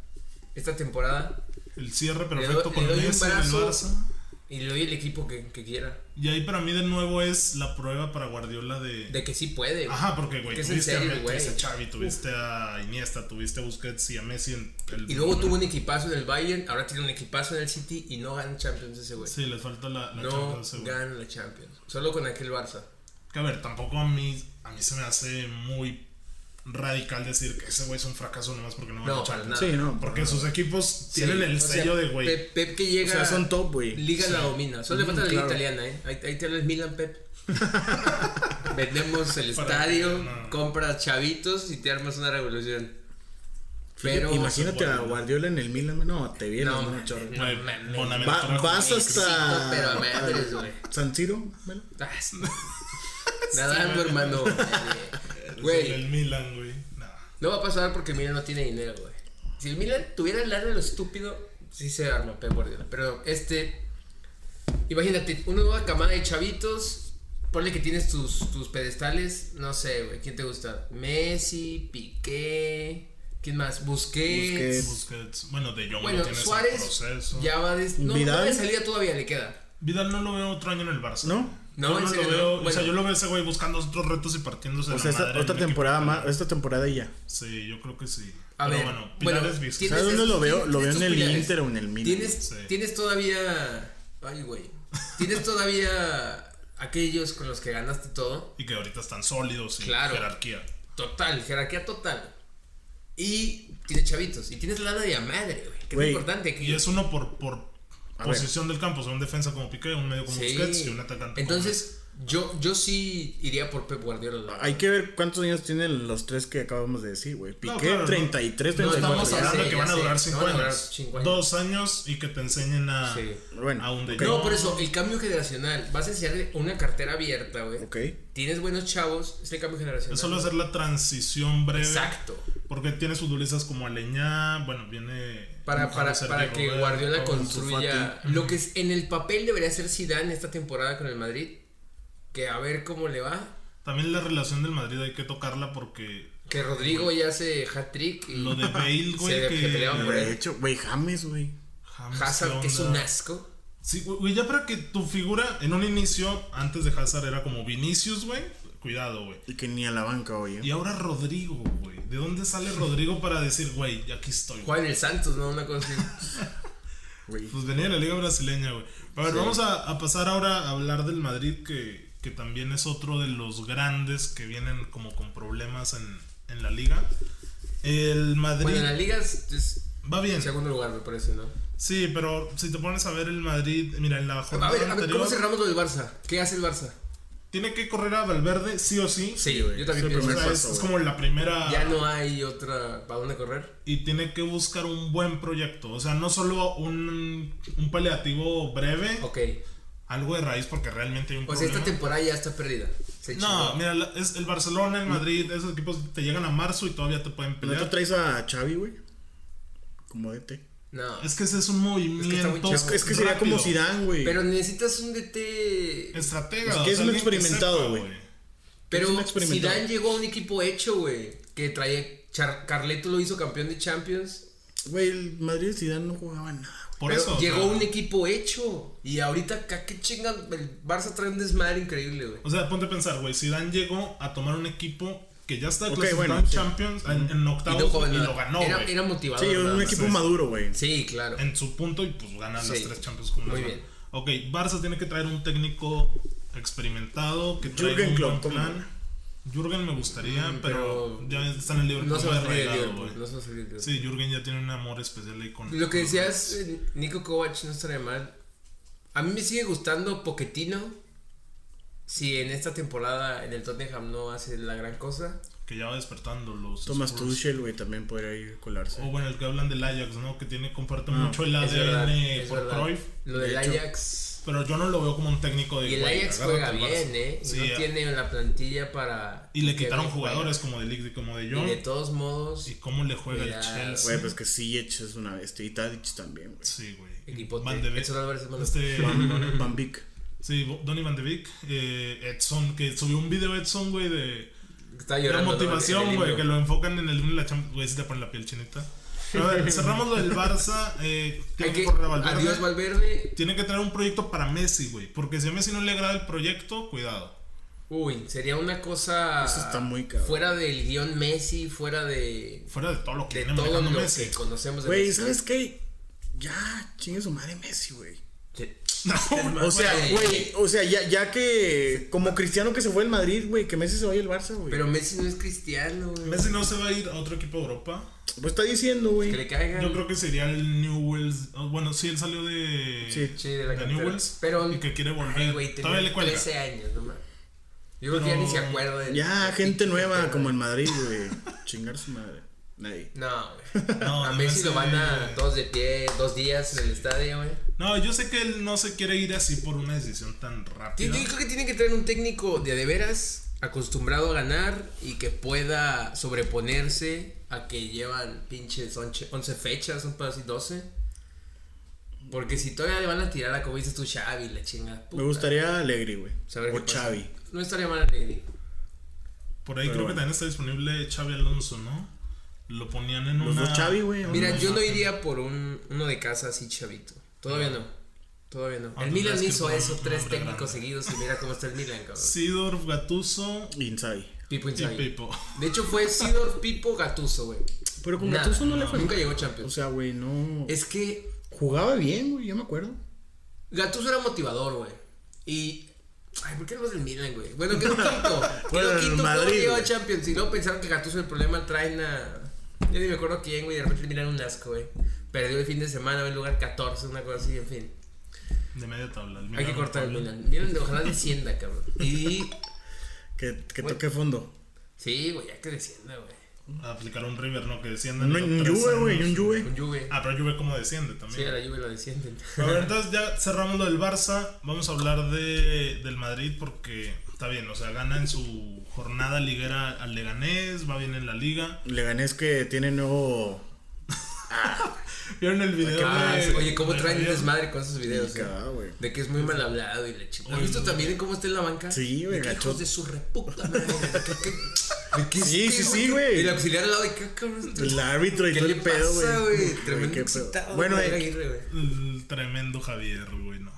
S2: esta temporada
S1: El cierre
S2: doy-
S1: perfecto
S2: le
S1: con
S2: doy un
S1: Messi en el
S2: brazo.
S1: Barça.
S2: y le doy el equipo que, que quiera.
S1: Y ahí para mí de nuevo es la prueba para Guardiola de...
S2: De que sí puede. güey.
S1: Ajá, porque, güey,
S2: Que es
S1: tuviste,
S2: en
S1: a,
S2: serio,
S1: Me-
S2: güey.
S1: tuviste a Xavi, tuviste a Iniesta, tuviste a Busquets y a Messi en el...
S2: Y luego tuvo un equipazo en el Bayern, ahora tiene un equipazo en el City y no gana Champions ese güey.
S1: Sí, les falta la, la
S2: no
S1: Champions, güey.
S2: gana la Champions. Solo con aquel Barça.
S1: Que a ver, tampoco a mí, a mí se me hace muy radical decir que ese güey es un fracaso nomás porque no ganó
S2: No, para
S1: Champions.
S2: nada.
S3: Sí, no.
S1: Porque sus equipos tienen
S2: Sí,
S1: el
S2: o sea,
S1: sello de güey.
S2: Pep, Pep que llega.
S3: O sea, son top, güey.
S2: Liga la domina. Solo le
S3: Mm,
S2: falta la liga
S3: claro.
S2: italiana, ¿eh? Ahí, ahí te habla el Milan, Pep. Vendemos el
S1: Para-
S2: estadio,
S1: no.
S2: compras chavitos y te armas una revolución. Pero.
S3: Imagínate a
S1: Guardiola.
S3: Guardiola en el Milan. No, te vienes,
S2: No,
S3: no,
S2: man.
S3: chorro.
S1: Güey,
S2: mames.
S1: Bonaventura
S3: Va-
S1: jugó
S3: vas
S1: en el
S3: hasta.
S2: pero a madres, güey.
S3: San Siro, velo.
S2: Ah, sí. Nadando, hermano.
S1: Cruz, en
S2: Güey,
S1: El Milan, güey. Nah.
S2: no va a pasar porque el Milan no tiene dinero, güey. Si el Milan tuviera el lana de lo estúpido, sí se arma Pep Guardiola. Pero este. Imagínate, una nueva camada de chavitos. Ponle que tienes tus, tus pedestales. No sé, güey. ¿Quién te gusta? Messi, Piqué. ¿Quién más? Busquets.
S3: Busquets.
S1: Busquets. Bueno, De Jong
S2: Bueno,
S1: no tiene
S2: Suárez
S1: ese proceso.
S2: ya va de. No,
S3: Vidal.
S2: no de salida todavía le queda.
S1: Vidal no lo veo otro año en el Barça.
S3: ¿No?
S2: No,
S1: yo
S2: en
S1: no
S2: serio,
S1: lo
S2: no.
S1: veo. O
S2: Bueno.
S1: sea, yo lo veo ese güey buscando otros retos y partiéndose
S3: O
S1: de
S3: sea,
S1: la
S3: esta-
S1: madre en
S3: otra
S1: un equipo
S3: temporada
S1: que-
S3: más. Esta temporada y ya.
S1: Sí, yo creo que sí.
S2: A
S1: Pero
S2: ver,
S1: bueno,
S2: bueno,
S1: Pilares Vizca.
S2: tiene-
S3: ¿Sabes
S2: Tienes
S3: dónde lo
S2: estos-
S3: veo?
S2: tienes
S3: Lo veo en
S2: estos
S3: el
S2: pilares.
S3: Inter o en el Milan.
S2: Tienes,
S1: Sí.
S2: tienes todavía. Ay, güey. Tienes todavía aquellos con los que ganaste todo.
S1: Y que ahorita están sólidos y
S2: Claro.
S1: jerarquía.
S2: Total, jerarquía total. Y tienes chavitos. Y tienes lana de a madre, güey. Que
S3: Güey,
S2: es importante aquí.
S1: Y es uno por, por
S3: A ver.
S1: posición del campo. O sea, un defensa como Piqué, un medio como
S2: Sí.
S1: Busquets y un atacante
S2: Entonces, yo, yo sí iría por Pep Guardiola. la
S3: Hay que ver cuántos años tienen los tres que acabamos de decir, güey. Piqué,
S1: No, claro,
S3: 33,
S1: como... No
S3: 34.
S1: estamos
S2: ya
S1: hablando
S2: sé,
S1: de que
S2: ya
S1: van a
S2: sé.
S1: durar
S2: No
S1: 5
S2: van a durar
S1: años.
S2: cinco años.
S1: Dos años y que te enseyen a,
S2: Sí.
S3: Bueno,
S1: a un de
S3: ok.
S1: Jong.
S2: No, por eso, el cambio generacional. Vas a enseñarle una cartera abierta, güey.
S3: Ok.
S2: Tienes buenos chavos. Es el cambio generacional.
S1: Es solo hacer la transición breve.
S2: Exacto.
S1: Porque tienes futbolistas como Aleñá, bueno, viene...
S2: Para,
S1: Mohamed
S2: para,
S1: Sergio
S2: para que
S1: Roberto,
S2: Guardiola
S3: Ansu
S2: construya
S3: Fati.
S2: lo que es- en el papel debería ser Zidane esta temporada con el Madrid. Que a ver cómo le va.
S1: También la relación del Madrid hay que tocarla porque
S2: Que Rodrigo ya hace hat-trick. y
S1: lo de Bale, güey,
S2: Se-
S1: que...
S2: que peleaban por él.
S3: De hecho, güey, James, güey.
S1: James,
S2: Hazard,
S1: ¿qué
S2: que es un
S1: onda?
S2: asco.
S1: Sí, güey, güey, ya para que tu figura en un inicio, antes de Hazard, era como Vinicius, güey. Cuidado, güey.
S3: Y que ni a la banca, ¿eh? oye.
S1: Y ahora Rodrigo, güey. ¿De dónde sale Rodrigo para decir, güey, ya aquí estoy? güey?
S2: Juan el Santos, ¿no? Una cosa así.
S3: Güey.
S1: Pues venía de la Liga Brasileña, güey. A ver,
S2: Sí.
S1: vamos a, a pasar ahora a hablar del Madrid, que, que también es otro de los grandes que vienen como con problemas en, en la Liga. El Madrid
S2: Bueno, en la liga es, es
S1: va bien.
S2: en segundo lugar, me parece, ¿no?
S1: Sí, pero si te pones a ver el Madrid, mira, en la
S2: A
S1: jornada
S2: ver, a ver,
S1: anterior,
S2: ¿cómo cerramos lo del Barça? ¿Qué hace el Barça?
S1: tiene que correr a Valverde, sí o sí.
S2: Sí,
S3: güey,
S2: yo también
S3: es
S1: O
S3: el
S2: pienso.
S1: sea,
S3: primer
S2: eso.
S1: es,
S3: paso,
S1: es
S3: güey.
S1: como la primera.
S2: Ya no hay otra para dónde correr.
S1: Y tiene que buscar un buen proyecto. O sea, no solo un, un paliativo breve,
S2: Ok.
S1: algo de raíz, porque realmente hay un
S2: O sea, este esta
S1: problema.
S2: temporada ya está perdida. Se
S1: No,
S2: chingó.
S1: mira, la- es el Barcelona,
S2: Mm.
S1: el Madrid, esos equipos te llegan a marzo y todavía te pueden
S3: ¿No te
S1: pelear.
S3: traes a Xavi, güey? Como DT.
S2: No.
S1: Es que ese es un movimiento.
S2: muy
S3: Es que, es que sería como
S1: rápido.
S3: Zidane, güey.
S2: Pero necesitas un DT.
S1: Estratega.
S3: Es que
S1: o
S3: es
S1: sea,
S3: un
S1: alguien que
S3: experimentado,
S1: sepa,
S3: güey.
S2: Pero
S3: Es un experimentado.
S2: Zidane llegó a un equipo hecho, güey. Que traía. Char- Carleto lo hizo campeón de Champions.
S3: Güey, el Madrid y Zidane no jugaban nada.
S1: Por
S2: pero
S1: eso. o
S2: llegó
S1: sea,
S2: un equipo hecho. Y ahorita, ca- qué chingan. El Barça trae un desmadre increíble, güey.
S1: O sea, ponte a pensar, güey. Zidane llegó a tomar un equipo que ya está
S3: Ok,
S1: clasificado
S3: bueno,
S1: en
S3: sí.
S1: Champions, en, en
S2: Y
S1: octavos,
S2: no joven,
S1: y
S2: nada.
S1: lo ganó,
S2: Era,
S1: güey.
S2: era motivador.
S3: Sí,
S2: nada
S3: un
S2: más.
S3: equipo
S1: sí.
S3: maduro, güey.
S2: Sí, claro.
S1: en su punto y pues ganan las
S2: Sí.
S1: tres Champions como
S2: Muy
S1: las
S2: bien.
S1: van. Ok, Barça tiene que traer un técnico experimentado que traiga
S3: Jürgen
S1: un
S3: Klopp,
S1: buen plan.
S3: ¿cómo?
S1: Jürgen me gustaría,
S2: Mm,
S1: pero,
S2: pero
S1: ya está en el libro
S2: No se va a salir el
S1: regado,
S2: Liverpool.
S1: güey.
S2: No se va a salir el Liverpool.
S1: Sí, Jürgen ya tiene un amor especial ahí con
S2: Lo que
S1: con los
S2: decías,
S1: Reds.
S2: eh, Nico Kovac no estaría mal. A mí me sigue gustando Poquetino. Si en esta temporada en el Tottenham no hace la gran cosa.
S1: que ya va despertando los
S3: Thomas
S1: Spurs. Oh,
S3: Tuchel, güey, también podría ir a colarse.
S1: O bueno, el que hablan del Ajax, ¿no? Que tiene comparte
S3: Ah,
S1: mucho el ADN
S2: es verdad, es
S1: por
S2: verdad.
S1: Cruyff.
S2: Lo
S3: De
S2: del
S3: hecho.
S2: Ajax.
S1: Pero yo no lo veo como un técnico de.
S2: Y el
S1: "Güey,
S2: Ajax
S1: agárrate
S2: juega
S1: al Barça".
S2: bien, ¿eh? Y
S1: Sí,
S2: no
S1: eh,
S2: tiene la plantilla para.
S1: y le
S2: que
S1: quitaron
S2: juegue.
S1: jugadores como de Ligt y como de
S2: Y de
S1: Jong.
S2: todos modos,
S1: Y cómo le juega el
S2: Mira,
S1: Chelsea.
S3: Güey, pues que Ziyech es una bestia. Y Tadic también, güey.
S1: Sí, güey.
S2: equipote.
S1: Van de Beek.
S2: Edson Álvarez es malo.
S1: Este,
S3: Van, Van Beek.
S1: sí, Bo- Donny Van de Beek. eh, Edson, que subió un video Edson, güey, de,
S2: Está
S1: de
S2: llorando. ¿no? En
S1: motivación,
S2: el
S1: güey,
S2: himno.
S1: que lo enfocan en el himno de la Champions. Güey, si te ponen la piel chinita. Pero a ver, cerramos lo del Barça. Eh,
S2: Hay
S1: tiene que
S2: que-
S1: correr a Valverde.
S2: Adiós, Valverde.
S1: Tiene que traer un proyecto para Messi, güey. Porque si a Messi no le agrada el proyecto, cuidado.
S2: Uy, sería una cosa.
S3: Eso está muy cabrón.
S2: Fuera del guión Messi, fuera de.
S1: Fuera de todo lo que
S2: De
S1: viene
S2: todo
S1: manejando
S2: lo
S1: Messi.
S2: que conocemos de
S3: Güey,
S2: Messi.
S3: ¿sabes qué? Ya, chingue su madre Messi, güey.
S2: Sí.
S1: No,
S3: O sea,
S2: Güey.
S3: güey, o sea, ya, ya que como cristiano que se fue el Madrid, güey, que Messi se vaya al Barça, güey.
S2: Pero Messi no es cristiano, güey.
S1: Messi no se va a ir a otro equipo de Europa.
S3: Pues está diciendo, güey.
S2: Que le caigan.
S1: Yo creo que sería el Newells. oh, Bueno, sí, él salió de.
S3: Sí.
S2: Sí, de la cantera.
S1: Newells.
S2: Pero-
S1: Y que quiere volver.
S2: Ay, güey,
S1: Todavía
S2: tenía
S1: le cuelga.
S2: 13 años, no mames. Yo creo que ya
S1: Pero-
S2: ni se acuerda de.
S3: Ya,
S2: de-
S3: gente
S2: de-
S3: nueva
S2: de-
S3: como el Madrid, güey. Chingar su madre. Nadie.
S2: No, güey.
S1: No,
S2: a
S1: no
S2: Messi
S1: sé.
S2: lo van a dos de pie, dos días en el estadio, güey.
S1: No, yo sé que él no se quiere ir así por una decisión tan
S2: Yo
S1: rápida.
S2: creo que tiene que traer un técnico de a de veras acostumbrado a ganar y que pueda sobreponerse a que llevan pinches 11, 11 fechas, un pedo así 12. Porque si todavía le van a tirar a como dices tú, Xavi, la chinga.
S3: Me gustaría Alegri, güey.
S2: Saber qué
S3: O
S2: pasa.
S3: Xavi.
S2: No estaría mal Alegre.
S1: Por ahí creo que
S3: Pero bueno.
S1: también está disponible Xavi Alonso, ¿no? Lo ponían en
S3: Los
S1: una.
S3: dos Xavi, güey.
S2: Mira,
S3: Una
S2: yo no
S1: imagen.
S2: iría por un, uno de casa así chavito. Todavía no. Todavía no.
S1: Ah,
S2: el
S1: tú
S2: Milan
S1: crees que
S2: hizo
S1: con
S2: eso,
S1: un
S2: tres
S1: hombre
S2: técnicos
S1: grande.
S2: seguidos y mira cómo está el Milan, cabrón.
S1: Sidor, Gatuso
S3: Insabi.
S2: Pipo
S1: y
S2: Inzaghi.
S1: Pipo.
S2: De hecho fue Sidor, Pipo, Gatuso, güey.
S3: Pero con
S2: Nada,
S3: Gattuso no le fue.
S2: Nunca llegó
S3: O
S2: Champions.
S3: sea, güey, no.
S2: Es que
S3: Jugaba bien, güey, yo me acuerdo.
S2: Gatuso era motivador, güey. Y. Ay, ¿por qué no vas del Milan, güey? Bueno, quedó quinto.
S3: Bueno,
S2: Quedó
S3: en
S2: quinto, no
S3: Madrid,
S2: llegó a
S3: güey.
S2: Champions. Y luego pensaron que Gatuso el problema traen a. Yo ni me acuerdo quién, güey. De repente miran un asco, güey. Perdió el fin de semana, va en lugar 14, una cosa así, en fin.
S1: De media tabla. el
S2: Hay
S1: Milan,
S2: que cortar el
S1: Pablo.
S2: Milan. Milan, de- ojalá descienda, cabrón. Y.
S3: Que, que
S2: Güey.
S3: toque fondo.
S2: Sí, güey, ya que descienda, güey.
S1: Aplicar un River, ¿no? Que descienden.
S3: Un,
S1: los
S3: un
S1: tres
S3: Juve, güey,
S1: años.
S3: un Juve.
S2: Con Juve.
S1: Ah, pero Juve cómo desciende también.
S2: Sí, a la Juve lo descienden.
S1: A ver, entonces ya cerramos lo del Barça, vamos a hablar de, del Madrid porque está bien, o sea, gana en su jornada liguera al Leganés, va bien en la liga.
S3: Le gané es que tiene nuevo. Ah.
S1: ¿Vieron el video
S2: Ah,
S1: de-
S2: sí. Oye, ¿cómo
S1: de
S2: traen
S1: Javier?
S2: desmadre con esos videos? güey?
S3: Cada, güey.
S2: De que es muy mal hablado y la chingada. ¿Has
S1: Oye,
S2: visto
S1: no,
S2: también cómo está en la banca?
S3: Sí, güey,
S2: De que
S3: gacho.
S2: Hijos de su reputa madre. güey, ¿de qué- qué- de qué es
S3: Sí,
S2: este,
S3: sí, sí, güey.
S2: Y el auxiliar al lado de qué cabrón. es
S3: El
S2: este?
S3: árbitro y
S2: ¿Qué
S3: todo
S2: le
S3: el pedo, güey.
S2: pasa, güey?
S3: Güey,
S2: Tremendo
S3: qué pedo.
S2: excitado.
S3: Bueno,
S2: Javier
S3: eh,
S2: Aguirre, güey.
S1: El tremendo Javier, güey, no.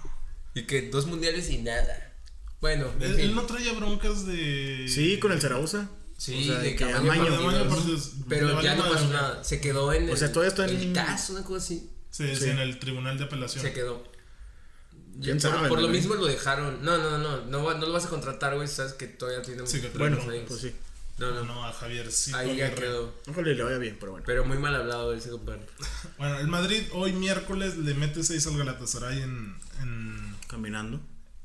S2: Y que dos mundiales y nada. Bueno,
S3: Eh,
S2: en
S1: Él,
S2: fin.
S1: él no traía broncas de...
S3: sí, con el Zaragoza.
S2: Sí,
S3: O sea,
S2: de
S3: que
S2: que
S3: amaño.
S1: Amaño partidos. Le
S2: Pero
S1: vale
S2: ya no
S1: madre,
S2: pasó
S1: güey.
S2: nada. Se quedó en.
S3: O sea, todavía está en-
S2: El TAS, una cosa así.
S1: Sí, sí,
S3: Sí.
S1: en el Tribunal de Apelación.
S2: Se quedó.
S3: ¿Quién
S2: por,
S3: sabe,
S2: por lo
S3: güey?
S2: mismo lo dejaron. No, no, no, no. va- No lo vas a contratar, güey. Sabes que todavía tiene
S1: Sí, que trae
S3: Bueno,
S1: broncas.
S3: pues sí.
S2: No, no, no.
S1: No, a Javier sí.
S2: Ahí ya
S1: Aguirre.
S2: quedó.
S3: Ojalá y le vaya bien, pero bueno.
S2: Pero muy mal hablado ese compadre.
S1: Bueno, el Madrid hoy miércoles le mete 6 al Galatasaray en- en
S3: Caminando.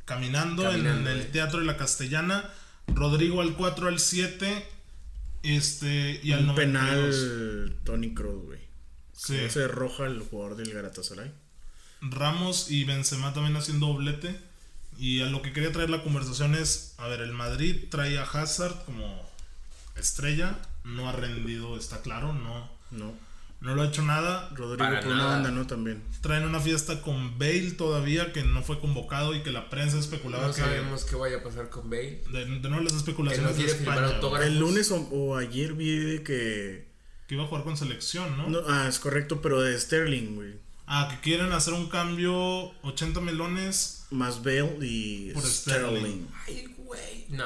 S1: caminando,
S2: Caminando,
S1: en, el
S2: eh.
S1: Teatro de la Castellana. Rodrigo al 4 al 7. Este, y al
S3: un
S1: 92.
S3: penal Tony Kroos, güey.
S1: Sí.
S3: No se roja el jugador del Galatasaray.
S1: Ramos y Benzema también haciendo doblete. Y a lo que quería traer la conversación es, a ver, el Madrid trae a Hazard como estrella, no ha rendido, está claro, no,
S3: No.
S1: no lo ha hecho nada.
S3: Rodrigo
S2: Para
S3: por una
S2: nada.
S3: banda, ¿no? También.
S1: Traen una fiesta con Bale todavía que no fue convocado y que la prensa especulaba
S2: No
S1: que...
S2: sabemos qué vaya a pasar con Bale.
S1: De, de nuevo las
S2: Que no
S1: especulaciones de
S2: quiere firmar
S1: España,
S2: autógrafos.
S3: El lunes o, o ayer vi de que.
S1: que iba a jugar con selección, ¿no?
S3: no, ah, es correcto, pero de Sterling, güey.
S1: Ah, que quieren hacer un cambio 80 melones.
S3: Más Bale y
S1: Por
S3: Sterling. Ah,
S1: Sterling.
S2: Ay, güey. No.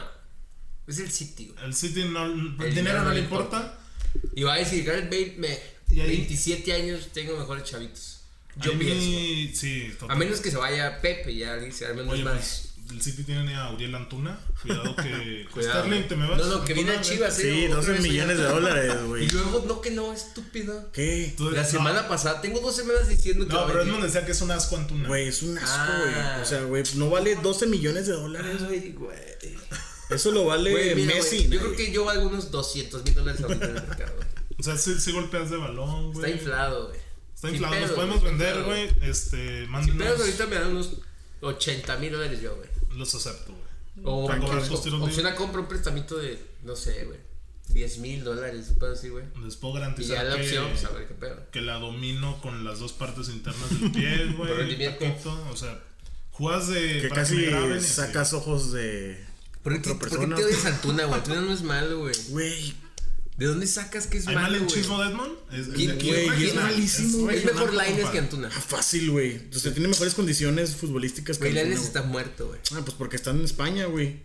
S2: Es el City, güey.
S1: El City no, el
S2: dinero
S1: dinero
S2: no
S1: no
S2: le
S1: le importa.
S2: Y va a decir, Gareth Bale, me,
S1: Y ahí-
S2: 27 años, tengo mejores chavitos. Yo
S1: A mí-
S2: pienso.
S1: Sí, total.
S2: A menos que se vaya Pepe y ya alguien se arme un
S1: Oye,
S2: desmadre.
S1: pues, el City tiene a Uriel Antuna. Cuidado que. pues,
S2: Cuidado,
S1: Sterling,
S2: güey.
S1: te me vas.
S2: No, no, que viene a
S1: Antuna,
S2: Chivas,
S3: Sí,
S2: eh, otra
S3: 12
S2: vez
S3: millones de
S2: allá.
S3: dólares,
S2: Y
S3: güey.
S2: luego, no, que no, estúpido.
S3: ¿Qué?
S1: Tú-
S2: La
S1: no,
S2: semana pasada, tengo dos semanas diciendo que
S1: Pues, No,
S2: va a
S1: pero
S2: venir.
S1: Edmond decía que es un asco Antuna.
S3: Güey, es un asco, güey.
S2: Ah.
S3: O sea, güey, no vale 12 millones de dólares.
S2: Ay, güey.
S3: Eso lo vale
S2: Ah. Güey, mira, güey,
S3: Messi.
S2: yo
S3: güey.
S2: creo que yo valgo unos 200 mil dólares ahorita en el mercado. güey.
S1: O sea, sí, sí golpeas de balón,
S2: Está
S1: güey.
S2: inflado, güey.
S1: Está
S2: Sin
S1: inflado. Nos
S2: pedos,
S1: podemos
S2: güey, sin
S1: vender,
S2: pedos.
S1: güey. Este,
S2: Sin pedos,
S1: mándenos.
S2: ahorita me dan unos 80 mil dólares yo, güey.
S1: Los acepto, güey.
S2: O,
S1: Para cobrar
S2: o-
S1: tus tiros
S2: o
S1: libres.
S2: si una compra un prestamito de, no sé, güey, 10 mil dólares, puedo decir, güey.
S1: Les puedo
S2: Y ya
S1: garantizar
S2: la opción, pues a
S1: que,
S2: ver qué pedo.
S1: que la domino con las dos partes internas del pie, güey.
S2: Por
S1: el
S2: rendimiento.
S1: taquito, O sea, juegas de.
S3: Que
S1: para me
S3: casi
S1: graben este, y así.
S3: sacas ojos de
S2: este. ¿Por qué,
S3: otra
S2: ¿Por qué
S3: persona.
S2: te odias a Antuna, güey? Antuna no es malo, güey.
S3: Güey,
S2: ¿De dónde sacas que es
S1: ¿Hay
S2: malo,
S1: malinchismo
S2: güey?
S1: de Edmond? Es, es
S2: ¿Quién-
S1: de aquí,
S2: güey,
S1: regional,
S2: es
S3: malísimo,
S1: regional,
S3: güey?
S2: Es mejor
S1: compa.
S2: Laines que Antuna.
S3: fácil, güey. O sea, tiene mejores condiciones futbolísticas que
S2: Güey,
S3: Antuna,
S2: Lainez
S3: güey.
S2: está muerto, güey.
S3: Ah, pues porque están en España, güey.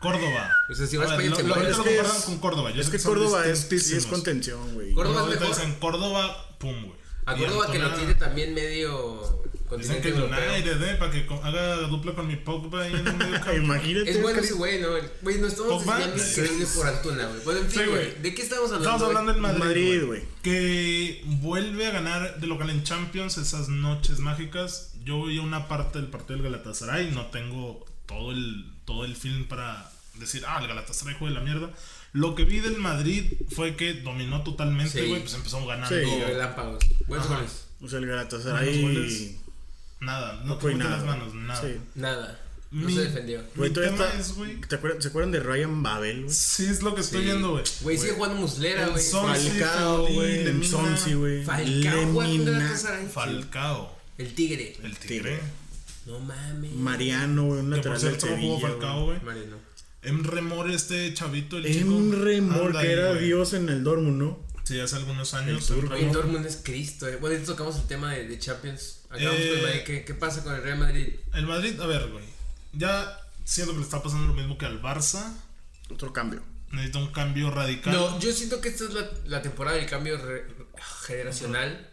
S1: Córdoba.
S2: O sea, si vas
S1: A ver,
S2: para allá,
S1: lo-
S2: te
S1: lo-
S2: mueres.
S1: ahorita lo
S3: Es que
S1: comparan
S3: es-
S1: con Córdoba. Yo
S3: es
S1: sé
S3: que
S1: son
S3: Córdoba es, sí es
S1: distintísimos.
S3: contención, güey.
S2: Córdoba es
S1: Ahorita
S2: mejor.
S1: dicen Córdoba, pum, güey.
S2: A
S1: Y
S2: Córdoba que lo
S1: Antuna-
S2: tiene pues, también medio
S1: Dicen
S2: continente
S1: que
S2: europeo.
S1: United, eh, para que co- haga dupla con mi Pogba ahí en el medio campo.
S3: Imagínate.
S2: Es bueno
S3: güey.
S2: ese güey, ¿no? Güey, no estamos
S1: Pogba,
S2: desviando
S1: sí.
S2: increíble por Antuna, güey. Bueno, en
S1: Sí,
S2: fin,
S1: güey.
S2: güey. ¿De qué estamos hablando?
S1: Estamos hablando
S2: güey?
S1: en Madrid.
S3: Madrid,
S1: güey.
S3: güey.
S1: Que vuelve a ganar de local en Champions esas noches mágicas. Yo veía una parte del partido del Galatasaray. No tengo todo el, todo el film para decir, ah, el Galatasaray juega de la mierda. Lo que vi del Madrid fue que dominó totalmente,
S2: Sí.
S1: güey. Pues empezó ganando.
S3: Sí,
S2: Sí, relámpagos. Buenos
S1: Ajá.
S2: goles.
S3: O sea, el
S1: Unos
S3: Galatasaray.
S1: goles. Nada, no
S3: No fue
S1: te
S3: nada.
S1: las manos, nada.
S3: Sí.
S2: Nada. No
S1: Mi-
S2: se defendió.
S3: Güey,
S1: Mi
S3: todavía
S1: tema
S3: está-
S1: es, güey.
S3: ¿te acuerdas- ¿Se acuerdan de Ryan Babel, güey?
S1: Sí, es lo que estoy
S2: Sí.
S1: viendo, güey.
S2: Güey, sigue jugando muslera,
S1: El
S2: güey.
S1: Son- Fonsi,
S3: Falcao,
S1: Feli,
S3: güey.
S1: Lemina.
S3: Sonsi, güey.
S2: Falcao jugando en
S3: Lemina,
S2: Galatasaray.
S1: Falcao,
S2: El Tigre.
S1: el tigre.
S2: No mames.
S3: Mariano, güey. Un
S1: Que por
S3: lateral del
S1: cierto no jugó
S3: Sevilla,
S1: Falcao,
S3: güey.
S1: güey.
S2: Mariano.
S1: Emremor, este chavito, el chico.
S3: Emre Mor,
S1: anda
S3: que
S1: ahí,
S3: era
S1: güey.
S3: dios en el Dortmund, ¿no?
S1: Sí, hace algunos años.
S3: El
S1: Emre
S3: turco.
S2: Oye,
S1: Mor.
S2: Dortmund es Cristo, eh. Bueno, ahorita tocamos el tema de, de Champions. Acabamos
S1: Eh.
S2: con el Madrid. ¿Qué, ¿Qué pasa con el Real Madrid?
S1: El Madrid, a ver, güey. Ya siento que le está pasando lo mismo que al Barça.
S3: Otro cambio.
S1: Necesita un cambio radical.
S2: No, yo siento que esta es la, la temporada del cambio re- generacional.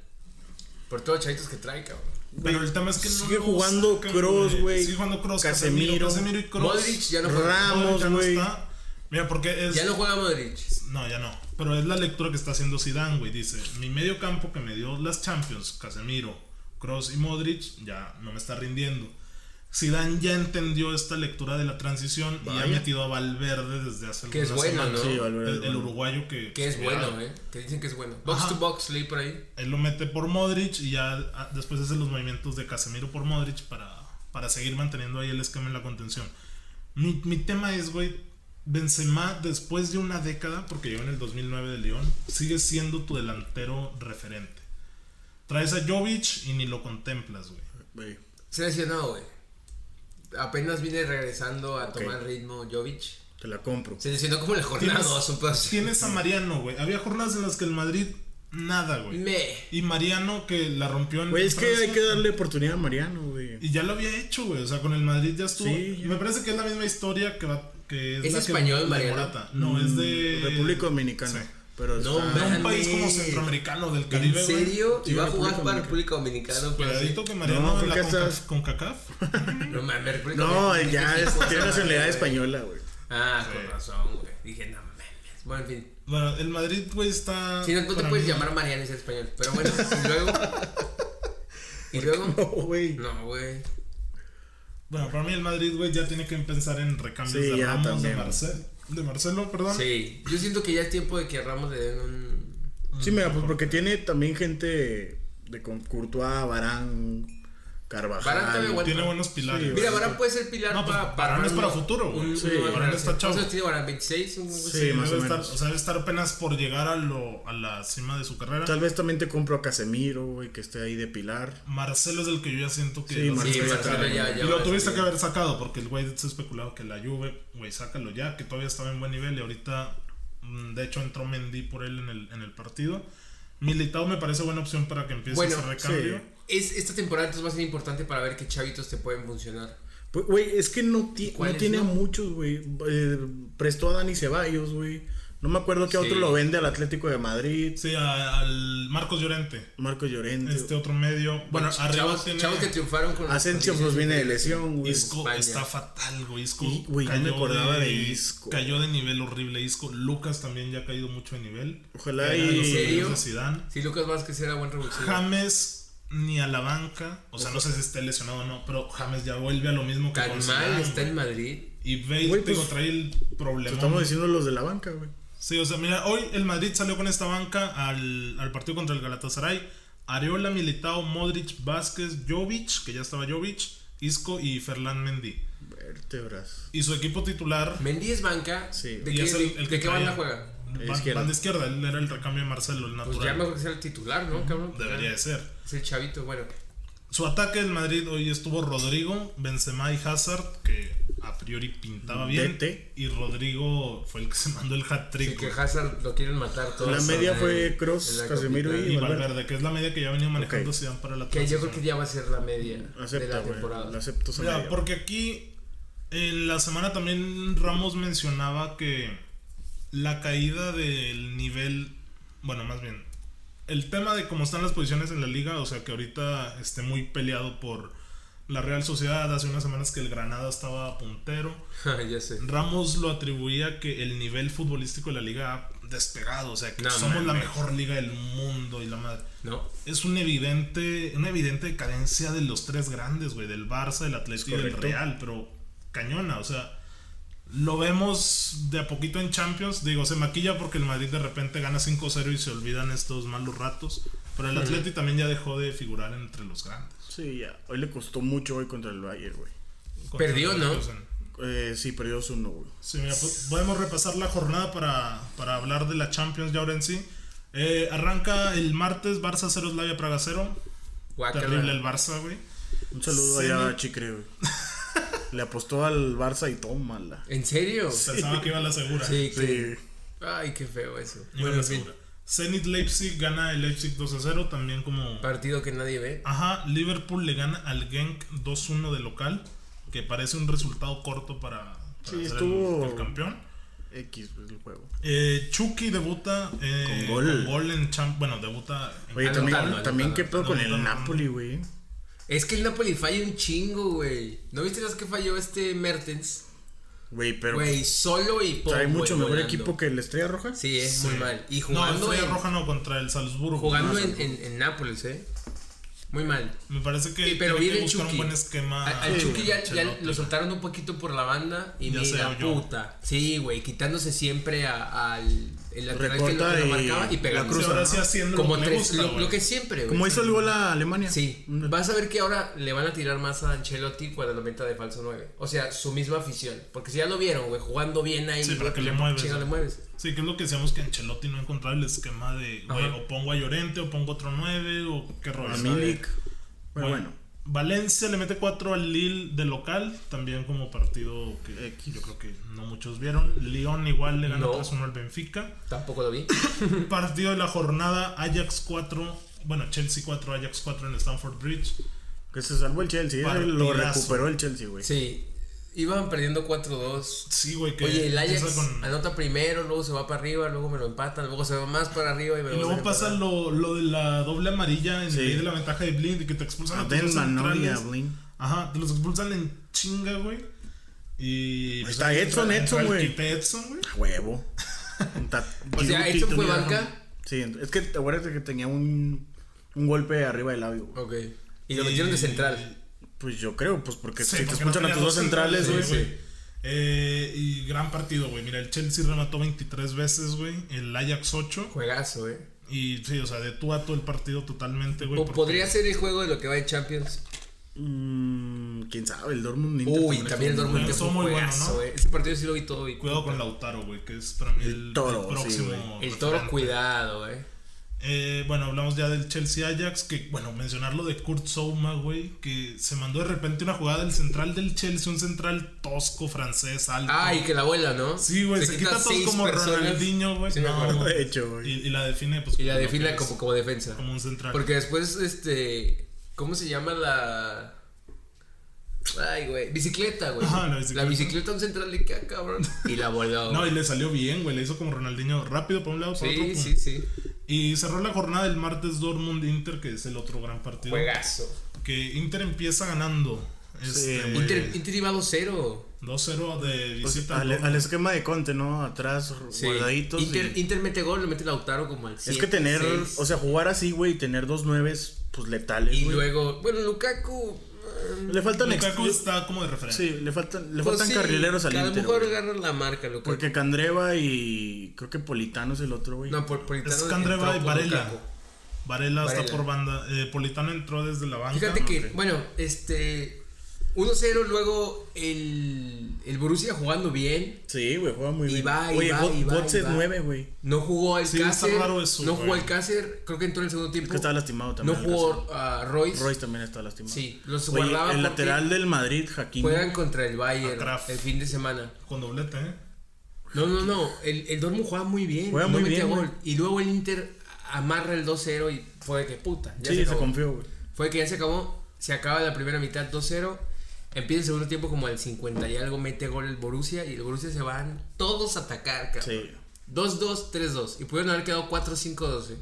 S2: Por todos los chavitos que trae, cabrón.
S1: pero el tema es que no
S3: Sigue
S1: lo
S3: jugando
S1: sacan,
S3: Kroos, güey.
S1: Sigue jugando Cross, Casemiro.
S3: Casemiro.
S1: Casemiro y Kroos.
S2: Modric ya no juega.
S3: Ra-
S1: Modric ya no
S3: Ramos, güey.
S1: está. Mira, porque es.
S2: Ya no juega Modric.
S1: No, ya no. Pero es la lectura que está haciendo Zidane, güey. Dice, mi medio campo que me dio las Champions, Casemiro, Cross y Modric, ya no me está rindiendo. Zidane ya entendió esta lectura de la transición y ha
S3: Vaya.
S1: metido a Valverde desde hace
S2: Que es
S1: algunas
S2: bueno,
S1: semanas.
S2: ¿no?
S3: Sí, Valverde.
S1: El, el uruguayo que...
S2: Que es
S1: que
S2: bueno,
S1: ya-
S2: eh. Que dicen que es bueno. Box
S1: Ajá.
S2: to box, leí por ahí.
S1: Él lo mete por Modric y ya ah, después hace los movimientos de Casemiro por Modric para, para seguir manteniendo ahí el esquema en la contención. Mi, mi tema es, güey, Benzema después de una década, porque llegó en el 2009 de León, sigue siendo tu delantero referente. Traes a Jovic y ni lo contemplas, güey.
S3: Güey.
S2: Se lesionó, güey. Apenas viene regresando a tomar
S3: Ok.
S2: ritmo Jovic.
S3: Te la compro.
S2: Se lesionó como en la jornada
S1: Tienes-
S2: 2, un pedo así.
S1: Tienes a Mariano, güey. Había jornadas en las que el Madrid nada, güey.
S2: Me.
S1: Y Mariano que la rompió en
S3: Güey, es que
S1: Francia.
S3: hay que darle oportunidad a Mariano, güey.
S1: Y ya lo había hecho, güey. O sea, con el Madrid ya estuvo.
S3: Sí, ya.
S1: Me parece que es la misma historia que va. Que es
S2: ¿Es
S1: la que-
S2: español,
S1: la de
S2: Mariano?
S1: Morata. No, es de.
S3: República Dominicana.
S1: Sí.
S3: Pero
S2: No,
S3: está-
S1: De
S2: man.
S1: un país como
S2: Mames.
S1: centroamericano del
S2: ¿En
S1: Caribe, güey.
S2: serio?
S3: Sí,
S2: y va a jugar
S3: República
S2: para
S3: Dominicana.
S2: República Dominicana. Pues, pero así.
S1: Cuidadito que Mariano
S3: No,
S1: en la
S3: creo que
S1: conca-
S3: estás-
S1: con CACAF.
S2: No mames, República
S3: No,
S2: Dominicana.
S3: ya
S2: ¿Qué
S3: es-
S2: cosa,
S3: tiene
S2: madre,
S3: nacionalidad
S2: güey?
S3: española, güey.
S2: Ah,
S1: Sí.
S2: con razón, güey. Dije, no mames. Bueno, en fin.
S1: Bueno, el Madrid, güey, está.
S2: Si no, no te
S1: para
S2: puedes
S1: mí-
S2: llamar Mariano y ser español. Pero bueno, y luego. y luego.
S3: No, Oh, güey.
S2: No, güey.
S1: Bueno, para mí el Madrid, güey, ya tiene que pensar en recambios
S3: Sí,
S1: de
S3: ya
S1: Ramos,
S3: también.
S1: de Marcelo. De Marcelo, perdón.
S2: Sí. Yo siento que ya es tiempo de que a Ramos le den un.
S3: Sí, mira, pues porque tiene también gente de con Courtois, Barán, Carvajal.
S2: Barán todavía aguanta.
S1: Tiene buenos pilares.
S3: Sí,
S1: güey.
S2: Mira, Barán puede ser pilar
S1: No, pues,
S2: para.
S1: Varane es
S2: un-
S1: para futuro, güey.
S2: un-
S3: Sí,
S2: una
S3: Varane
S2: generación.
S1: está chavo.
S2: ¿Cuántos tiene Barán? ¿26? Un-
S3: Sí,
S1: Sí,
S3: más
S1: debe
S3: o
S1: estar-
S3: menos.
S1: o sea, debe estar apenas por llegar a, lo, a la cima de su carrera.
S3: Tal vez también te compro a Casemiro, güey, que esté ahí de pilar.
S1: Marcelo es el que yo ya siento que
S3: Sí,
S1: lo
S3: Marcelo
S1: tienes que
S3: ya
S1: sacar,
S3: ya-
S1: güey.
S2: ya
S1: Y lo
S2: va
S1: tuviste
S2: a
S1: que haber sacado porque el güey se ha especulado que la Juve, güey, sácalo ya, que todavía estaba en buen nivel y ahorita mm, de hecho entró Mendy por él en el, en el partido. Militao me parece buena opción para que empiece
S2: Bueno,
S1: ese recambio.
S3: sí.
S2: Es, esta temporada entonces va a ser importante para ver qué chavitos te pueden funcionar.
S3: Pues, Güey, es que no, ti- no
S2: cuáles
S3: tiene a
S2: no?
S3: muchos, güey. Eh, prestó a Dani Ceballos, güey. No me acuerdo
S2: Sí.
S3: que otro lo vende al Atlético de Madrid.
S1: Sí, a- al Marcos Llorente,
S3: Marco Llorente.
S1: este otro medio. Bueno, arriba
S2: chavos,
S1: tiene
S2: chavos que triunfaron con
S3: Asensio
S2: con-
S3: pues viene de lesión, güey.
S1: Isco
S2: España.
S1: está fatal, güey. Isco
S3: Y, güey, yo me acordaba de Isco.
S1: Cayó de nivel horrible Isco. Lucas también ya ha caído mucho de nivel.
S3: Ojalá
S1: Era de los
S3: y...
S2: serio?
S1: amigos de Zidane.
S2: Sí, Lucas Vázquez era buen
S1: Ah,
S2: revulsivo.
S1: James ni a la banca, o sea, no sé si esté lesionado o no, pero James ya vuelve a lo mismo que
S3: Pues
S1: con
S2: Tan mal
S1: Zidane,
S2: está
S1: güey.
S2: en Madrid.
S1: Y Bale
S3: Güey,
S1: digo,
S3: pues,
S1: trae el
S3: Te
S1: problema.
S3: estamos diciendo los de la banca, güey.
S1: Sí, o sea, mira, hoy el Madrid salió con esta banca al, al partido contra el Galatasaray. Areola, Militao, Modric, Vázquez, Jovic, que ya estaba Jovic, Isco y Ferland Mendy.
S3: Vértebras.
S1: Y su equipo titular
S2: Mendy es banca.
S3: Sí.
S2: ¿De
S1: Y
S2: qué,
S1: es el- el
S2: de
S1: que
S2: qué
S1: traía.
S2: banda juega?
S1: Van-
S3: Izquierda.
S1: Van de izquierda, él era el recambio de Marcelo, el
S2: Pues ya
S1: natural.
S2: mejor que sea el titular, ¿no, cabrón? pues
S1: Debería de ser.
S2: Es el chavito, bueno.
S1: Su ataque del Madrid hoy estuvo Rodrigo, Benzema y Hazard, que a priori pintaba bien.
S3: DT.
S1: Y Rodrigo fue el que se mandó el hat
S2: Sí,
S1: trick.
S2: que Hazard lo quieren matar todos.
S3: La media fue
S2: Cross,
S3: Kroos, Casemiro
S1: y
S3: y
S1: Valverde,
S3: Valverde.
S1: que es la media que ya venía manejando
S3: Ok.
S1: Zidane para la
S2: Que yo
S1: transición.
S2: creo que ya va a ser la media de
S3: Acepta,
S2: la
S3: güey.
S2: temporada.
S3: La acepto su
S1: Mira,
S3: media,
S1: porque aquí en la semana también Ramos mencionaba que la caída del nivel, bueno, más bien, el tema de cómo están las posiciones en la liga, o sea que ahorita esté muy peleado por la Real Sociedad, hace unas semanas que el Granada estaba puntero,
S2: Ah, ya sé.
S1: Ramos lo atribuía que el nivel futbolístico de la liga ha despegado, o sea que
S2: No
S1: somos la
S2: mames.
S1: mejor liga del mundo y la madre
S2: No.
S1: es un evidente, una evidente decadencia de los tres grandes, güey, del Barça, del Atlético y del
S3: Correcto.
S1: Real, pero cañona, o sea, lo vemos de a poquito en Champions, digo, se maquilla porque el Madrid de repente gana 5-0 y se olvidan estos malos ratos, pero el Atlético también ya dejó de figurar entre los grandes.
S3: Sí, ya. Hoy le costó mucho hoy contra el Bayern, güey.
S1: Contra
S2: Perdió,
S1: el
S2: ¿no?
S1: Leverkusen.
S3: Eh, sí, perdió 2-1, güey.
S1: Sí, mira, po- podemos repasar la jornada para, para hablar de la Champions ya ahora en sí. Eh, arranca el martes, Barça 0, Slavia Praga 0.
S2: Guácala.
S1: Terrible el Barça, güey.
S3: Un saludo
S1: Sí,
S3: allá
S1: no.
S3: a Chicre, güey. Le apostó al Barça y tómala.
S2: ¿En serio? Sí.
S1: Pensaba que iba a la segura.
S2: que-
S3: Sí.
S2: Ay, qué feo eso.
S1: Yo
S2: Bueno,
S1: la
S2: en fin,
S1: segura. Zenit Leipzig gana el Leipzig 2 a 0 también como
S2: partido que nadie ve.
S1: ajá, Liverpool le gana al Genk 2-1 de local, que parece un resultado corto para, para
S3: Sí,
S1: ser el-
S3: estuvo-
S1: el, campeón.
S3: X, güey, el juego.
S1: Eh, Chucky debuta eh,
S3: Con gol.
S1: en champ, bueno, debuta en
S3: Oye,
S2: Anotalo,
S3: también,
S2: anotalo.
S3: también qué pedo con
S1: Anotalo,
S3: el
S1: anotalo.
S3: Napoli, güey.
S2: Es que el Napoli falla un chingo, güey. ¿No viste las que falló este Mertens?
S3: Güey, pero
S2: Güey, solo y poco.
S3: trae mucho mejor equipo que el Estrella Roja.
S2: Sí, es muy mal. Y
S1: no,
S2: jugando,
S1: Estrella
S2: en,
S1: roja no contra el Salzburgo.
S2: jugando
S1: No,
S2: en, en- en Nápoles, ¿eh? Muy mal.
S1: me parece que
S2: Y- pero
S1: tiene que
S2: viene
S1: buscar
S2: Chucky.
S1: un buen esquema.
S2: A- al
S1: Sí,
S2: Chucky ya, ya
S1: Ancelotti.
S2: lo soltaron un poquito por la banda y
S1: Ya se
S2: mira,
S1: oyó.
S2: puta. Sí, güey, quitándose siempre a- al el lateral que lo,
S3: Recorta
S2: que lo
S3: y
S2: marcaba y
S3: la
S2: pegando.
S1: Sí,
S3: cruza,
S1: ahora
S3: ¿no?
S1: sí haciendo lo
S2: Como
S1: que le
S2: tres,
S1: gusta,
S2: lo,
S1: güey.
S2: lo que siempre, güey.
S3: Como hizo el gol a Alemania.
S2: Sí,
S3: Mm.
S2: vas a ver que ahora le van a tirar más a Ancelotti cuando lo meta de falso 9. O sea, su misma afición. Porque si ya lo vieron, güey, jugando bien ahí.
S1: Sí,
S2: güey,
S1: para que
S2: pues,
S1: le mueves,
S2: chinga,
S1: ¿no?
S2: le mueves.
S1: Sí, que es lo que decíamos que Ancelotti no ha encontrado el esquema de, güey,
S2: Ajá.
S1: o pongo a Llorente, o pongo otro 9, o qué rollo.
S3: A
S1: ¿sabes?
S3: Milik. Pero bueno,
S1: Valencia le mete 4 al Lille de local, también como partido que
S3: X.
S1: yo creo que no muchos vieron. Lyon igual le gana
S2: No.
S1: 3-1 al Benfica.
S2: Tampoco lo vi.
S1: Partido de la jornada, Ajax 4, bueno, Chelsea 4, Ajax 4 en Stamford Bridge.
S3: que se salvó el Chelsea. eh, Lo
S1: Partidazo.
S3: recuperó el Chelsea, güey.
S2: Sí, iban perdiendo 4-2.
S1: Sí, güey, que
S2: Oye, el Ajax
S1: empieza con-
S2: anota primero, luego se va para arriba, luego me lo empatan, luego se va más para arriba y me
S1: Y
S2: lo
S1: luego
S2: vuelven a
S1: pasa
S2: empatar.
S1: lo, lo de la doble amarilla en
S3: Sí.
S1: ley de la ventaja de Blind, que te expulsan
S3: A
S1: a tus dos
S3: Denman, ¿no? Y a
S1: centrales.
S3: Blin.
S1: Ajá, te los expulsan en chinga, güey. Y.
S3: Ahí está
S1: pues,
S3: Edson,
S1: entra-
S3: Edson,
S1: entra el
S3: güey.
S1: Quite Edson, güey.
S3: A Huevo. Ta-
S2: O sea,
S3: Giroud
S2: ¿Edson fue
S3: titular.
S2: banca?
S3: Sí, ent- es que te acuerdas que tenía un, un golpe arriba del labio, güey.
S2: Ok. Y lo metieron de central.
S3: Pues yo creo, pues porque
S1: Sí,
S3: si te
S1: porque
S3: escuchan
S1: no
S3: a
S1: tenía
S3: tus dos centrales, güey.
S2: centrales, güey.
S1: sí. Eh, y gran partido, güey. Mira, el Chelsea remató 23 veces, güey. El Ajax 8.
S2: Juegazo, eh.
S1: Y sí, o sea, de tú a tú el partido totalmente, güey.
S2: O
S1: porque-
S2: podría ser el juego de lo que va en Champions.
S3: Mm, quién sabe, el Dortmund Inter
S2: Uy, también el
S3: estuvo
S2: Dortmund
S1: bueno,
S2: que
S1: estuvo
S2: fue un
S1: muy bueno,
S2: juegazo,
S1: ¿no?
S2: eh. Ese partido sí lo vi todo. Y
S1: Cuidado con Lautaro, güey, que es para mí el, el
S3: toro, sí,
S1: próximo.
S3: güey.
S2: El toro,
S1: referente.
S2: cuidado, eh.
S1: Eh, bueno, hablamos ya del Chelsea Ajax, que bueno, mencionar lo de Kurt Souma, güey, que se mandó de repente una jugada del central del Chelsea, un central tosco, francés, alto.
S2: Ay, que la abuela, ¿no?
S1: sí, güey, se, quita, todos
S2: seis
S1: como
S2: personas
S1: Ronaldinho, güey.
S2: Sí, me acuerdo.
S1: güey.
S3: De hecho, güey.
S1: Y, y la define, pues.
S2: Y la
S1: como
S2: define
S1: que
S2: como,
S1: es,
S2: como defensa.
S1: como un central.
S2: Porque después, este. ¿Cómo se llama la.? Ay, güey. Bicicleta, güey.
S1: Ajá, la bicicleta.
S2: La bicicleta un central de queda, cabrón. Y la voló.
S1: No,
S2: güey.
S1: y le salió bien, güey, le hizo como Ronaldinho rápido para un lado, para otro.
S2: sí,
S1: pum.
S2: sí, sí.
S1: Y cerró la jornada el martes Dortmund Inter, que es el otro gran partido.
S2: Juegazo.
S1: Que Inter empieza ganando.
S3: Sí,
S1: Este, güey,
S2: Inter, Inter iba 2-0.
S1: 2-0 de
S3: Pues,
S1: visita. al
S3: al,
S1: Dortmund.
S3: al esquema de Conte, ¿no? Atrás,
S2: Sí.
S3: guardaditos.
S2: Inter,
S3: y-
S2: Inter mete gol, lo mete Lautaro como al 7.
S3: es que tener, o sea, jugar así, güey, y tener dos nueves, pues letales.
S2: Y
S3: güey.
S2: luego. Bueno, Lukaku. mm,
S3: Le faltan
S1: Lukaku
S3: ex-
S1: está como de referencia.
S3: Sí, le faltan, le
S2: pues
S3: faltan
S2: sí,
S3: carrileros al
S2: que A
S3: Inter.
S2: lo mejor
S3: güey.
S2: agarran la marca, Lukaku.
S3: Porque Candreva y creo que Politano es el otro, güey.
S2: No, por, por
S1: Es
S2: entró
S1: Candreva y
S2: por
S1: Varela.
S2: Lukaku.
S1: Varela,
S2: Varela.
S1: está por banda. Eh, Politano entró desde la
S3: Ah,
S1: banca.
S2: Fíjate que,
S1: Ok.
S2: bueno, este. 1-0, luego el, el Borussia jugando bien.
S3: Sí, güey, juega muy
S2: Y
S3: bien.
S2: va, y
S3: Oye,
S2: va,
S3: Go-
S2: y va,
S3: Götze
S2: y
S3: es
S2: va.
S3: 9, güey.
S2: No jugó
S1: Sí, está
S2: Alcácer.
S1: raro eso,
S2: no jugó
S1: güey.
S2: Alcácer, creo que entró en el segundo tiempo.
S3: Que estaba lastimado
S2: no
S3: también.
S2: jugó
S3: Alcácer.
S2: ah, Royce.
S3: Royce también está lastimado.
S2: Sí, los
S3: Oye,
S2: guardaba
S3: el
S2: porque
S3: lateral del Madrid, Jaquín.
S2: Juegan contra el Bayern
S1: Atrás.
S2: el fin de semana.
S1: Con doblete, ¿eh?
S2: No, no, no. El, el Dortmund jugaba muy bien.
S3: Juega
S2: no
S3: muy
S2: metía
S3: bien,
S2: gol. Y luego el Inter amarra el 2-0 y fue de que puta. Ya se
S3: Sí, se,
S2: acabó.
S3: confió, güey.
S2: Fue que ya se acabó. Se acaba la primera mitad 2-0. Empieza el segundo tiempo como al 50 y algo. Mete gol el Borussia. Y el Borussia se van todos a atacar, cabrón.
S3: Sí.
S2: 2-2, 3-2. Y pudieron haber quedado 4-5-12. eh.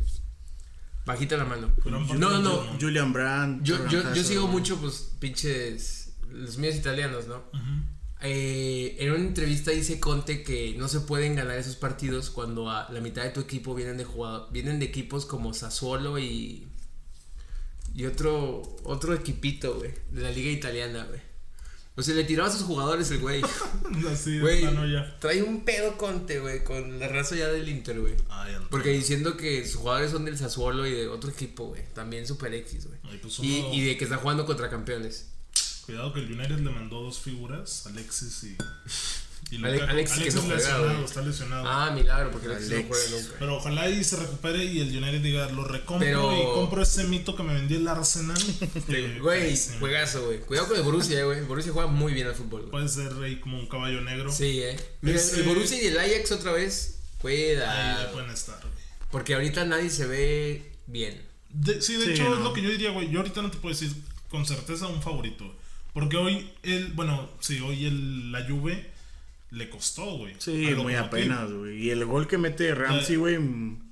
S2: Bajita la mano.
S1: Gran
S2: No,
S1: partido
S2: no,
S1: del
S2: no.
S1: Dortmund.
S3: Julian Brandt.
S2: Yo,
S3: Torgan
S2: yo, yo
S3: Hazard,
S2: sigo
S3: güey.
S2: mucho, pues, pinches. Los míos italianos, ¿no?
S1: Ujú.
S2: Eh, en una entrevista dice Conte que no se pueden ganar esos partidos cuando a la mitad de tu equipo vienen de jugado- vienen de equipos como Sassuolo y y otro otro equipito, güey, de la liga italiana, güey. O sea, le tiró a sus jugadores el güey.
S1: Así de
S2: Güey,
S1: plano ya.
S2: trae un pedo Conte, güey, con la raza ya del Inter, güey.
S1: Ay, Antonio.
S2: Porque diciendo que sus jugadores son del Sassuolo y de otro equipo, güey, también Super X, güey.
S1: Ay, pues,
S2: Y,
S1: uno-
S2: y de que está jugando contra campeones.
S1: Cuidado que el United le mandó dos figuras, Alexis y. y
S2: Ale-
S1: Lukaku.
S2: Alexis que no juega,
S1: lesionado,
S2: güey.
S1: está lesionado.
S2: Ah, milagro, porque Alexis no
S3: Alexis.
S2: juega nunca.
S1: Pero ojalá y se recupere y el United diga, lo recompro
S2: Pero-
S1: y compro ese mito que me vendió el Arsenal. Eh,
S2: Güey,
S1: sí,
S2: juegazo, güey. Cuidado con el Borussia, eh, güey. El Borussia juega muy bien al fútbol. güey.
S1: Puede ser rey como un caballo negro.
S2: Sí, eh. Ah, Mira,
S1: Ese-
S2: el Borussia y el Ajax otra vez.
S1: Ahí
S2: Cuidado.
S1: pueden estar, güey.
S2: Porque ahorita nadie se ve bien.
S1: De- sí, de
S3: Sí,
S1: hecho es
S3: no.
S1: lo que yo diría, güey. Yo ahorita no te puedo decir con certeza un favorito. Porque hoy el, bueno, sí, hoy el, la Juve le costó, güey.
S3: Sí,
S1: A lo
S3: muy
S1: Lokomotiv.
S3: apenas, güey. Y el gol que mete Ramsey, güey. mm,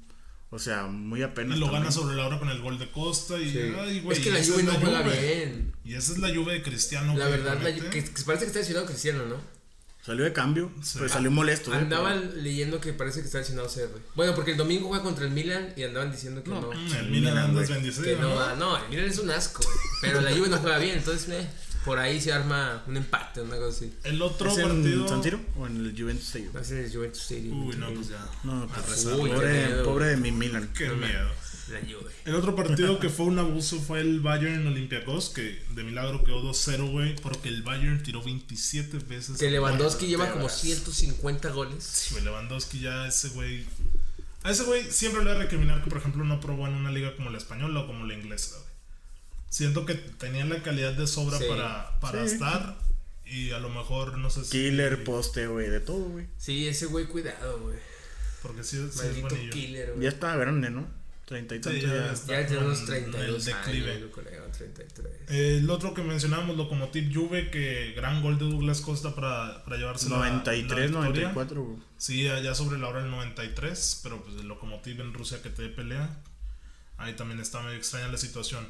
S3: O sea, muy
S1: Y
S3: apenas.
S1: lo
S3: también.
S1: gana sobre la hora con el gol de Costa y, ay, güey,
S2: es que la
S1: esa
S2: Juve no juega
S1: Juve.
S2: bien.
S1: Y esa es la Juve de Cristiano.
S2: La
S1: güey,
S2: verdad, la-
S1: neta.
S2: que, que parece que está lesionado Cristiano, ¿no?
S3: Salió de cambio,
S1: Sí.
S3: pero salió molesto. güey,
S2: Andaban leyendo que parece que está lesionado CR. Bueno, porque el domingo juega contra el Milan y andaban diciendo que no.
S1: Mm, El Milan
S3: Milan,
S1: anda
S3: güey.
S2: que
S1: bendecido,
S2: no,
S1: ¿no?
S2: va- no, el Milan es un asco. güey. Pero la Juve no juega bien, entonces, eh, por ahí se arma un empate, una cosa así.
S1: El otro
S3: pero- ¿Es en
S1: partido.
S3: San Siro o en el Juventus Stadium?
S2: No sé, Juventus Stadium.
S1: Uy, no, pues ya.
S3: No,
S1: A
S3: pues,
S1: rezar.
S2: uy, qué
S3: pobre,
S2: miedo.
S3: pobre de mi Milan.
S1: Qué miedo.
S2: La Juve.
S1: El otro partido que fue un abuso fue el Bayern Olympiacos, que de milagro quedó 2-0, güey, porque el Bayern tiró 27 veces.
S2: Que Lewandowski lleva como
S3: verás.
S2: 150 goles.
S1: Güey, Lewandowski ya ese güey. A ese güey siempre le voy a recriminar que, por ejemplo, no probó en una liga como la española o como la inglesa, güey. Siento que tenía la calidad de sobra
S2: Sí.
S1: para, para estar y a lo mejor, no sé si.
S3: Killer, poste, güey, de todo, güey.
S2: Sí, ese güey, cuidado, güey.
S1: Porque sí, sí es
S2: Maldito
S1: buenillo.
S2: killer,
S3: Ya
S2: güey.
S3: está grande, ¿no? Treinta y tantos
S1: ya
S3: ya.
S1: está.
S2: Ya tiene unos
S1: en
S2: 32
S1: el declive.
S2: años, yo creo, 33.
S1: Eh, El otro que mencionábamos, Locomotiv Juve, que gran gol de Douglas Costa para, para llevarse la-
S3: 93,
S1: la victoria.
S3: 94, güey.
S1: Sí, allá sobre la hora del 93, pero pues el Lokomotiv en Rusia que te dé pelea. Ahí también está medio extraña la situación.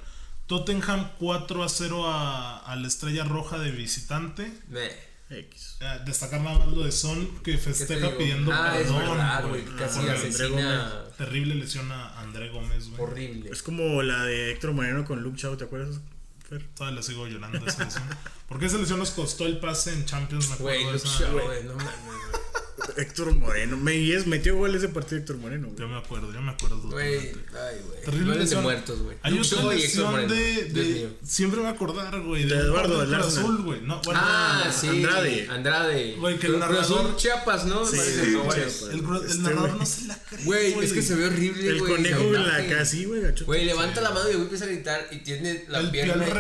S1: Tottenham 4 a 0 a, a la Estrella Roja de visitante.
S2: Meh.
S3: X.
S1: Eh, destacar nada más lo de Son que
S2: ¿Qué te
S1: festeja
S2: digo?
S1: pidiendo
S2: Ah, es
S1: perdón.
S2: verdad,
S1: güey.
S2: güey. Casi
S1: Por la
S2: asesina.
S1: Terrible lesión a André Gómez, güey.
S2: Horrible.
S3: Es como la de Héctor Moreno con Luke Chau, ¿te acuerdas, Fer?
S1: Todavía le sigo llorando a esa lesión. Porque esa lesión nos costó el pase en Champions, me acuerdo.
S2: Güey,
S1: de
S2: Luke
S1: esa-
S2: Shaw, güey, no mames, güey.
S3: Héctor Moreno. Me, y es, metió gol ese partido Héctor Moreno,
S1: Yo
S3: güey.
S1: me acuerdo, yo me acuerdo.
S2: Güey,
S1: totalmente.
S2: ay, güey.
S1: Terrible
S2: Duelen de
S1: lesión.
S2: muertos, güey.
S1: Hay
S2: Luke
S1: una
S2: Shaw y Héctor
S1: lesión
S2: Moreno.
S1: de, de-
S2: Dios mío.
S1: Siempre me acordar, güey.
S3: De Eduardo,
S1: del
S3: del
S1: Cruz
S3: Arsenal.
S1: Azul, güey. No, bueno,
S2: Ah,
S1: no,
S2: sí.
S3: Andrade.
S2: Andrade.
S1: Güey, que el
S2: Cruz
S1: narrador-
S2: Azul Chiapas, ¿no?
S3: Sí,
S2: Parece,
S3: sí,
S2: ¿no, güey?
S3: Chiapas.
S1: El, Cruz- el
S3: Este,
S1: narrador
S3: güey.
S1: no se la cree.
S2: Güey, es que se ve horrible,
S3: El
S2: güey.
S3: conejo,
S2: se
S3: güey, la
S2: ataque.
S3: casi, güey, gacho.
S2: Güey, levanta la mano y empieza a gritar y tiene la
S1: El pie
S2: pierna
S1: al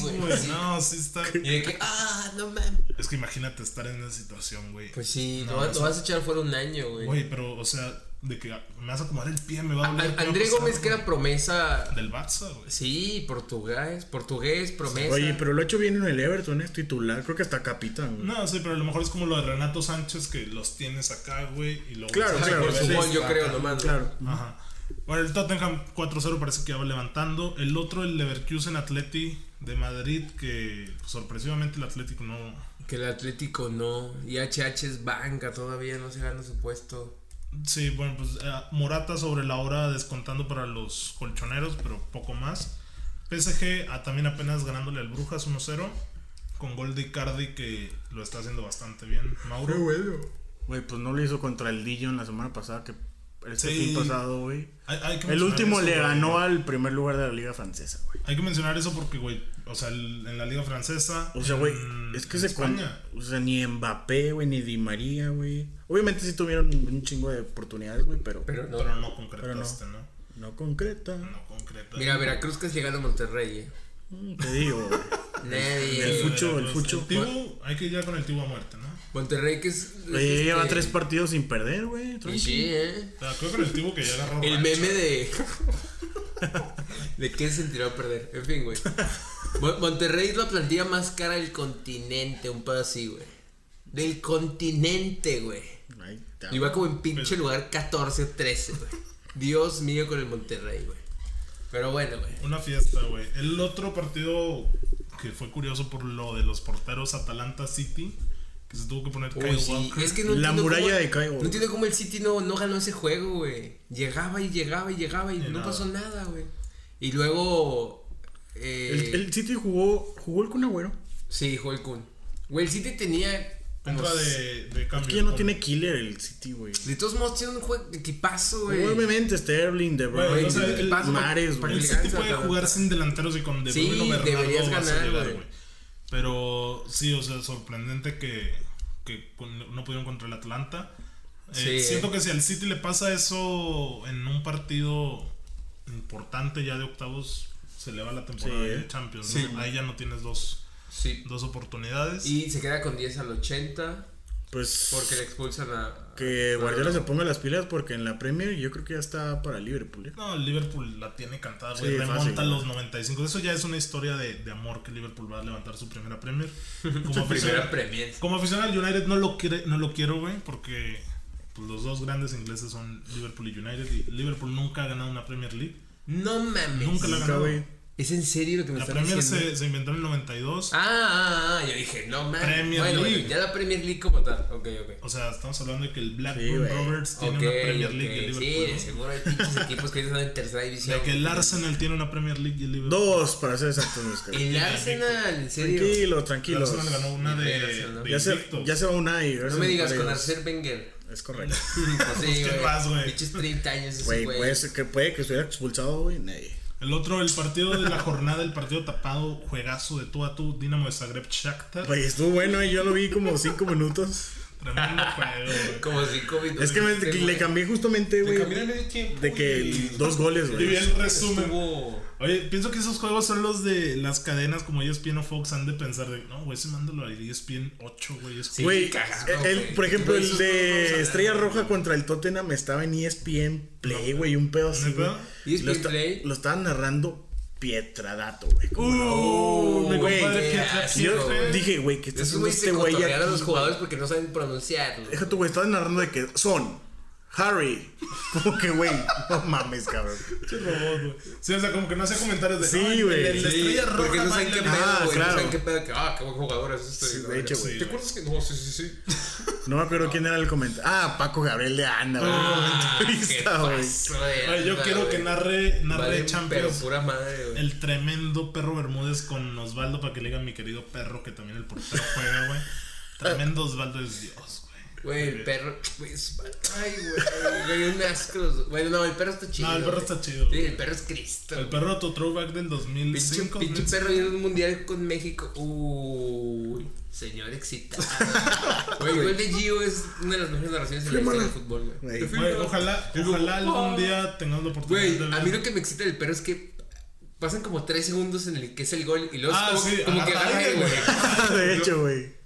S1: revés,
S2: güey.
S1: güey.
S2: así.
S1: No, sí está.
S2: Y de que, ah, no mames.
S1: Es que imagínate estar en esa situación, güey.
S2: Pues sí,
S1: No,
S2: lo, va-
S1: es-
S2: lo vas a echar fuera un año, güey.
S1: Güey, pero, o sea, de que me vas a acomodar el pie, me va
S2: A-
S1: a doler.
S2: a-
S1: ¿qué va a
S2: André
S1: pasar,
S2: Gómez, que era
S1: güey?
S2: promesa.
S1: Del Barça, güey.
S2: Sí, portugués, portugués, promesa.
S3: Oye, pero lo ha hecho bien en el Everton, es titular. Creo que hasta capitán, güey.
S1: No, sí, pero a lo mejor es como lo de Renato Sánchez que los tienes acá, güey, y luego
S3: Claro,
S1: se
S2: Ay,
S3: claro,
S2: por
S1: vuelven
S2: su
S3: sí.
S2: gol, yo creo,
S1: acá.
S2: nomás. güey.
S3: Claro.
S1: Ajá. Bueno, el Tottenham 4-0 parece que ya va levantando. El otro, el Leverkusen Atleti de Madrid, que sorpresivamente el Atlético no.
S2: Que el Atlético no. Y HH es banca todavía, no se gana su puesto.
S1: Sí, bueno, pues eh, Morata sobre la hora descontando para los colchoneros, pero poco más. PSG ah, también apenas ganándole al Brujas 1-0, con gol de Icardi que lo está haciendo bastante bien. Mauro.
S3: Güey, pues no lo hizo contra el Dijon la semana pasada que este
S1: Sí.
S3: fin pasado, güey.
S1: Hay- hay que
S3: El
S1: mencionar
S3: último
S1: eso,
S3: le
S1: güey.
S3: ganó al primer lugar de la liga francesa, güey.
S1: Hay que mencionar eso porque, güey, o sea, el- en la liga francesa.
S3: O sea, güey,
S1: en-
S3: es que
S1: Mm, en
S3: se con-
S1: España.
S3: O sea, ni Mbappé, güey, ni Di María, güey. Obviamente sí tuvieron un chingo de oportunidades, güey, pero,
S2: Pero no.
S1: Pero no concretaste, ¿no?
S3: no concreta.
S1: No, concretaste.
S2: Mira, Veracruz que es llegando a Monterrey, eh.
S3: Mm, Te digo, güey.
S2: Nadie.
S3: El
S2: güey.
S3: fucho, el fucho.
S1: El Tibu, hay que ir ya con el Tibu a muerte, ¿no?
S2: Monterrey que es.
S3: Oye,
S2: este-
S3: lleva tres partidos sin perder, güey.
S2: Y
S3: tranqui.
S2: sí, eh.
S1: O sea, creo que con el Tibu que ya agarró.
S2: El
S1: rancho.
S2: meme de. ¿De qué se tiró a perder? En fin, güey. Mon- Monterrey es la plantilla más cara del continente, un pedo así, güey. Del continente, güey.
S3: Ahí está.
S2: Y va como en pinche lugar 14 o 13, güey. Dios mío con el Monterrey, güey. Pero bueno, güey.
S1: Una fiesta, güey. El otro partido que fue curioso por lo de los porteros Atalanta City, que se tuvo que poner Kyle
S2: Uy, Pues sí.
S1: Walker.
S2: Es que no
S3: La
S2: entiendo
S3: muralla
S2: cómo-
S3: de Cairo,
S2: No
S3: güey.
S2: entiendo cómo el City no, no ganó ese juego, güey. Llegaba y llegaba y llegaba y
S1: Ni
S2: no
S1: nada.
S2: pasó nada, güey. Y luego. eh,
S3: El, el City jugó, jugó el Kun Agüero.
S2: Sí, jugó el Kun. Güey, el City tenía. como
S1: Entra
S2: s-
S1: de, de cambio.
S3: Es que ya no
S1: con-
S3: tiene killer el City, güey.
S2: de todos modos, tiene un juego de equipazo, güey.
S3: Obviamente Sterling, De
S1: Güey,
S3: Bruyne,
S1: o sea, el-
S3: Mares, güey.
S1: El City puede jugar sin delanteros y con De
S2: Sí,
S1: Bruyne o Bernardo vas
S2: deberías
S1: a
S2: ganar,
S1: llegar,
S2: güey.
S1: güey. Pero sí, o sea, sorprendente que, que con- no pudieron contra el Atlanta. Eh,
S2: Sí.
S1: Siento que si al City le pasa eso en un partido importante ya de octavos, se le va la temporada
S3: Sí,
S1: de
S3: eh.
S1: Champions.
S2: Sí.
S1: ¿no? Ahí ya no tienes dos,
S2: Sí.
S1: dos oportunidades.
S2: Y se queda con 10 al 80
S3: Pues
S2: porque le Ah, expulsan a.
S3: que
S2: a-
S3: Guardiola se ponga las pilas porque en la Premier yo creo que ya está para Liverpool. ¿eh?
S1: No, Liverpool la tiene cantada, güey.
S3: Sí,
S1: Remonta
S3: fácil,
S1: a
S3: güey.
S1: los 95. Eso ya es una historia de, de amor que Liverpool va a levantar su primera Premier. Como
S2: Su primera
S1: aficionado-
S2: Premier.
S1: Como aficionado al United no lo, quiere, no lo quiero, güey, porque pues, los dos grandes ingleses son Liverpool y United. Y Liverpool nunca ha ganado una Premier League.
S2: No mames.
S1: Nunca la ha
S3: Nunca,
S1: ganado.
S3: güey.
S2: ¿Es en serio lo que me
S1: La
S2: estás
S1: Premier
S2: diciendo?
S1: se, se inventó en el 92.
S2: Ah, ah, ah, yo dije, no mames.
S1: Premier
S2: bueno, bueno,
S1: League.
S2: ya la Premier League como tal. Ok, ok.
S1: O sea, estamos hablando de que el
S3: Sí,
S1: Blackburn
S3: güey.
S1: Rovers tiene
S2: Ok,
S1: una Premier
S2: ok,
S1: League y el
S2: Sí,
S1: Liverpool.
S2: de
S1: ¿no?
S2: seguro hay pinches equipos que ahorita están en tercera división.
S1: De que el Arsenal tiene una Premier League y el Liverpool.
S3: Dos, para ser exactos. mis caras.
S2: El Arsenal, en serio.
S3: Tranquilo,
S1: El
S3: tranquilo.
S1: Arsenal ganó una de,
S2: El Arsenal.
S1: de
S3: Ya se,
S1: invictos.
S3: ya se va una y
S2: No me digas con Arsène Wenger.
S3: Es correcto.
S2: Pues sí,
S1: ¿qué
S2: güey.
S1: más, güey?
S2: Pinches 30 años ese
S3: Güey, pues,
S2: güey.
S3: puede ser que puede que estuviera expulsado, güey. Nadie.
S1: El otro, el partido de la jornada, el partido tapado, juegazo de tú a tú, Dinamo de Zagreb Shakhtar.
S3: Güey, estuvo bueno y yo lo vi como cinco minutos.
S1: Tremendo juego, güey.
S2: Como si COVID.
S3: Es que me-
S2: Este,
S3: le
S2: güey.
S3: cambié justamente,
S2: Le
S3: güey.
S2: cambié el medio tiempo.
S3: De que
S2: y-
S3: el- dos goles,
S1: Y vi
S3: güey.
S1: el resumen.
S2: Estuvo-
S1: Oye, pienso que esos juegos son los de las cadenas como E ESPN o Fox han de pensar de, no, güey, ese mándalo a ESPN 8, güey. es-
S2: Sí.
S3: Güey, e,
S2: cagado,
S3: el-
S2: güey.
S3: por ejemplo,
S2: Güey,
S3: el
S2: esos no vamos a
S3: de
S2: hablar,
S3: Estrella
S2: güey.
S3: Roja contra el Tottenham estaba en E ESPN Play, güey, un pedo así.
S1: ¿Neta?
S3: güey.
S2: ESPN
S3: Lo, esta-
S2: Play.
S3: lo estaban narrando Pietradato, güey. ¿cómo no?
S1: Uh, mi
S3: güey,
S1: compadre
S2: qué
S1: Pietra
S2: asco,
S1: Pietra.
S3: Yo
S2: güey.
S3: dije, güey, que está
S2: Esos
S3: haciendo
S2: güeyes
S3: este
S2: se
S3: güey
S2: cotorrean a los
S3: aquí?
S2: jugadores porque no saben pronunciarlo.
S3: Deja tu güey, estaban narrando de que son Harry. Como que, güey, no mames, cabrón.
S1: Pinche robot, güey. Sí, o sea, como que no hacía comentarios de,
S3: Sí,
S1: "Ay, el-
S3: güey.
S1: el de
S3: Sí,
S1: Estrella Roja.
S2: Porque no saben
S1: baila".
S2: qué
S1: Ah,
S2: pedo, güey. No
S3: claro.
S2: saben qué pedo. que, Ah, qué buen jugador es este.
S3: Sí, de
S2: güey.
S3: hecho, güey.
S2: ¿Te acuerdas que no? Sí, sí, sí.
S3: No me acuerdo quién era el comentario. Ah, Paco Gabriel de Anda, güey.
S2: Ah,
S3: comentarista, güey.
S1: Oye, yo quiero que
S2: nada
S1: narre, narre
S2: Vale, pero
S1: Champions.
S2: pura madre, güey.
S1: El tremendo perro Bermúdez con Osvaldo para que le digan mi querido perro que también el portero juega, güey. Tremendo Osvaldo es Dios, güey.
S2: Güey, el perro. Güey, es- Ay, güey. Güey, un asco. los- Bueno, no, el perro está chido.
S1: No, el perro
S2: güey.
S1: está chido,
S2: Sí,
S1: güey.
S2: el perro es Cristo.
S1: El
S2: güey.
S1: perro tu throwback del 2005.
S2: Pinche, pinche
S1: 2006.
S2: perro en un mundial con México. Uy, señor excitado. Güey, el gol de Gio es una de las mejores narraciones en la historia del fútbol, güey.
S3: Güey.
S1: Güey, ojalá, ojalá algún día tengamos la oportunidad
S2: Güey,
S1: de ver.
S2: a mí lo que me excita del perro es que pasan como 3 segundos en el que es el gol y luego es
S1: Ah,
S2: como,
S1: sí,
S2: como que
S1: agarra
S2: agarra
S1: aire,
S2: aire, güey.
S3: De hecho, güey.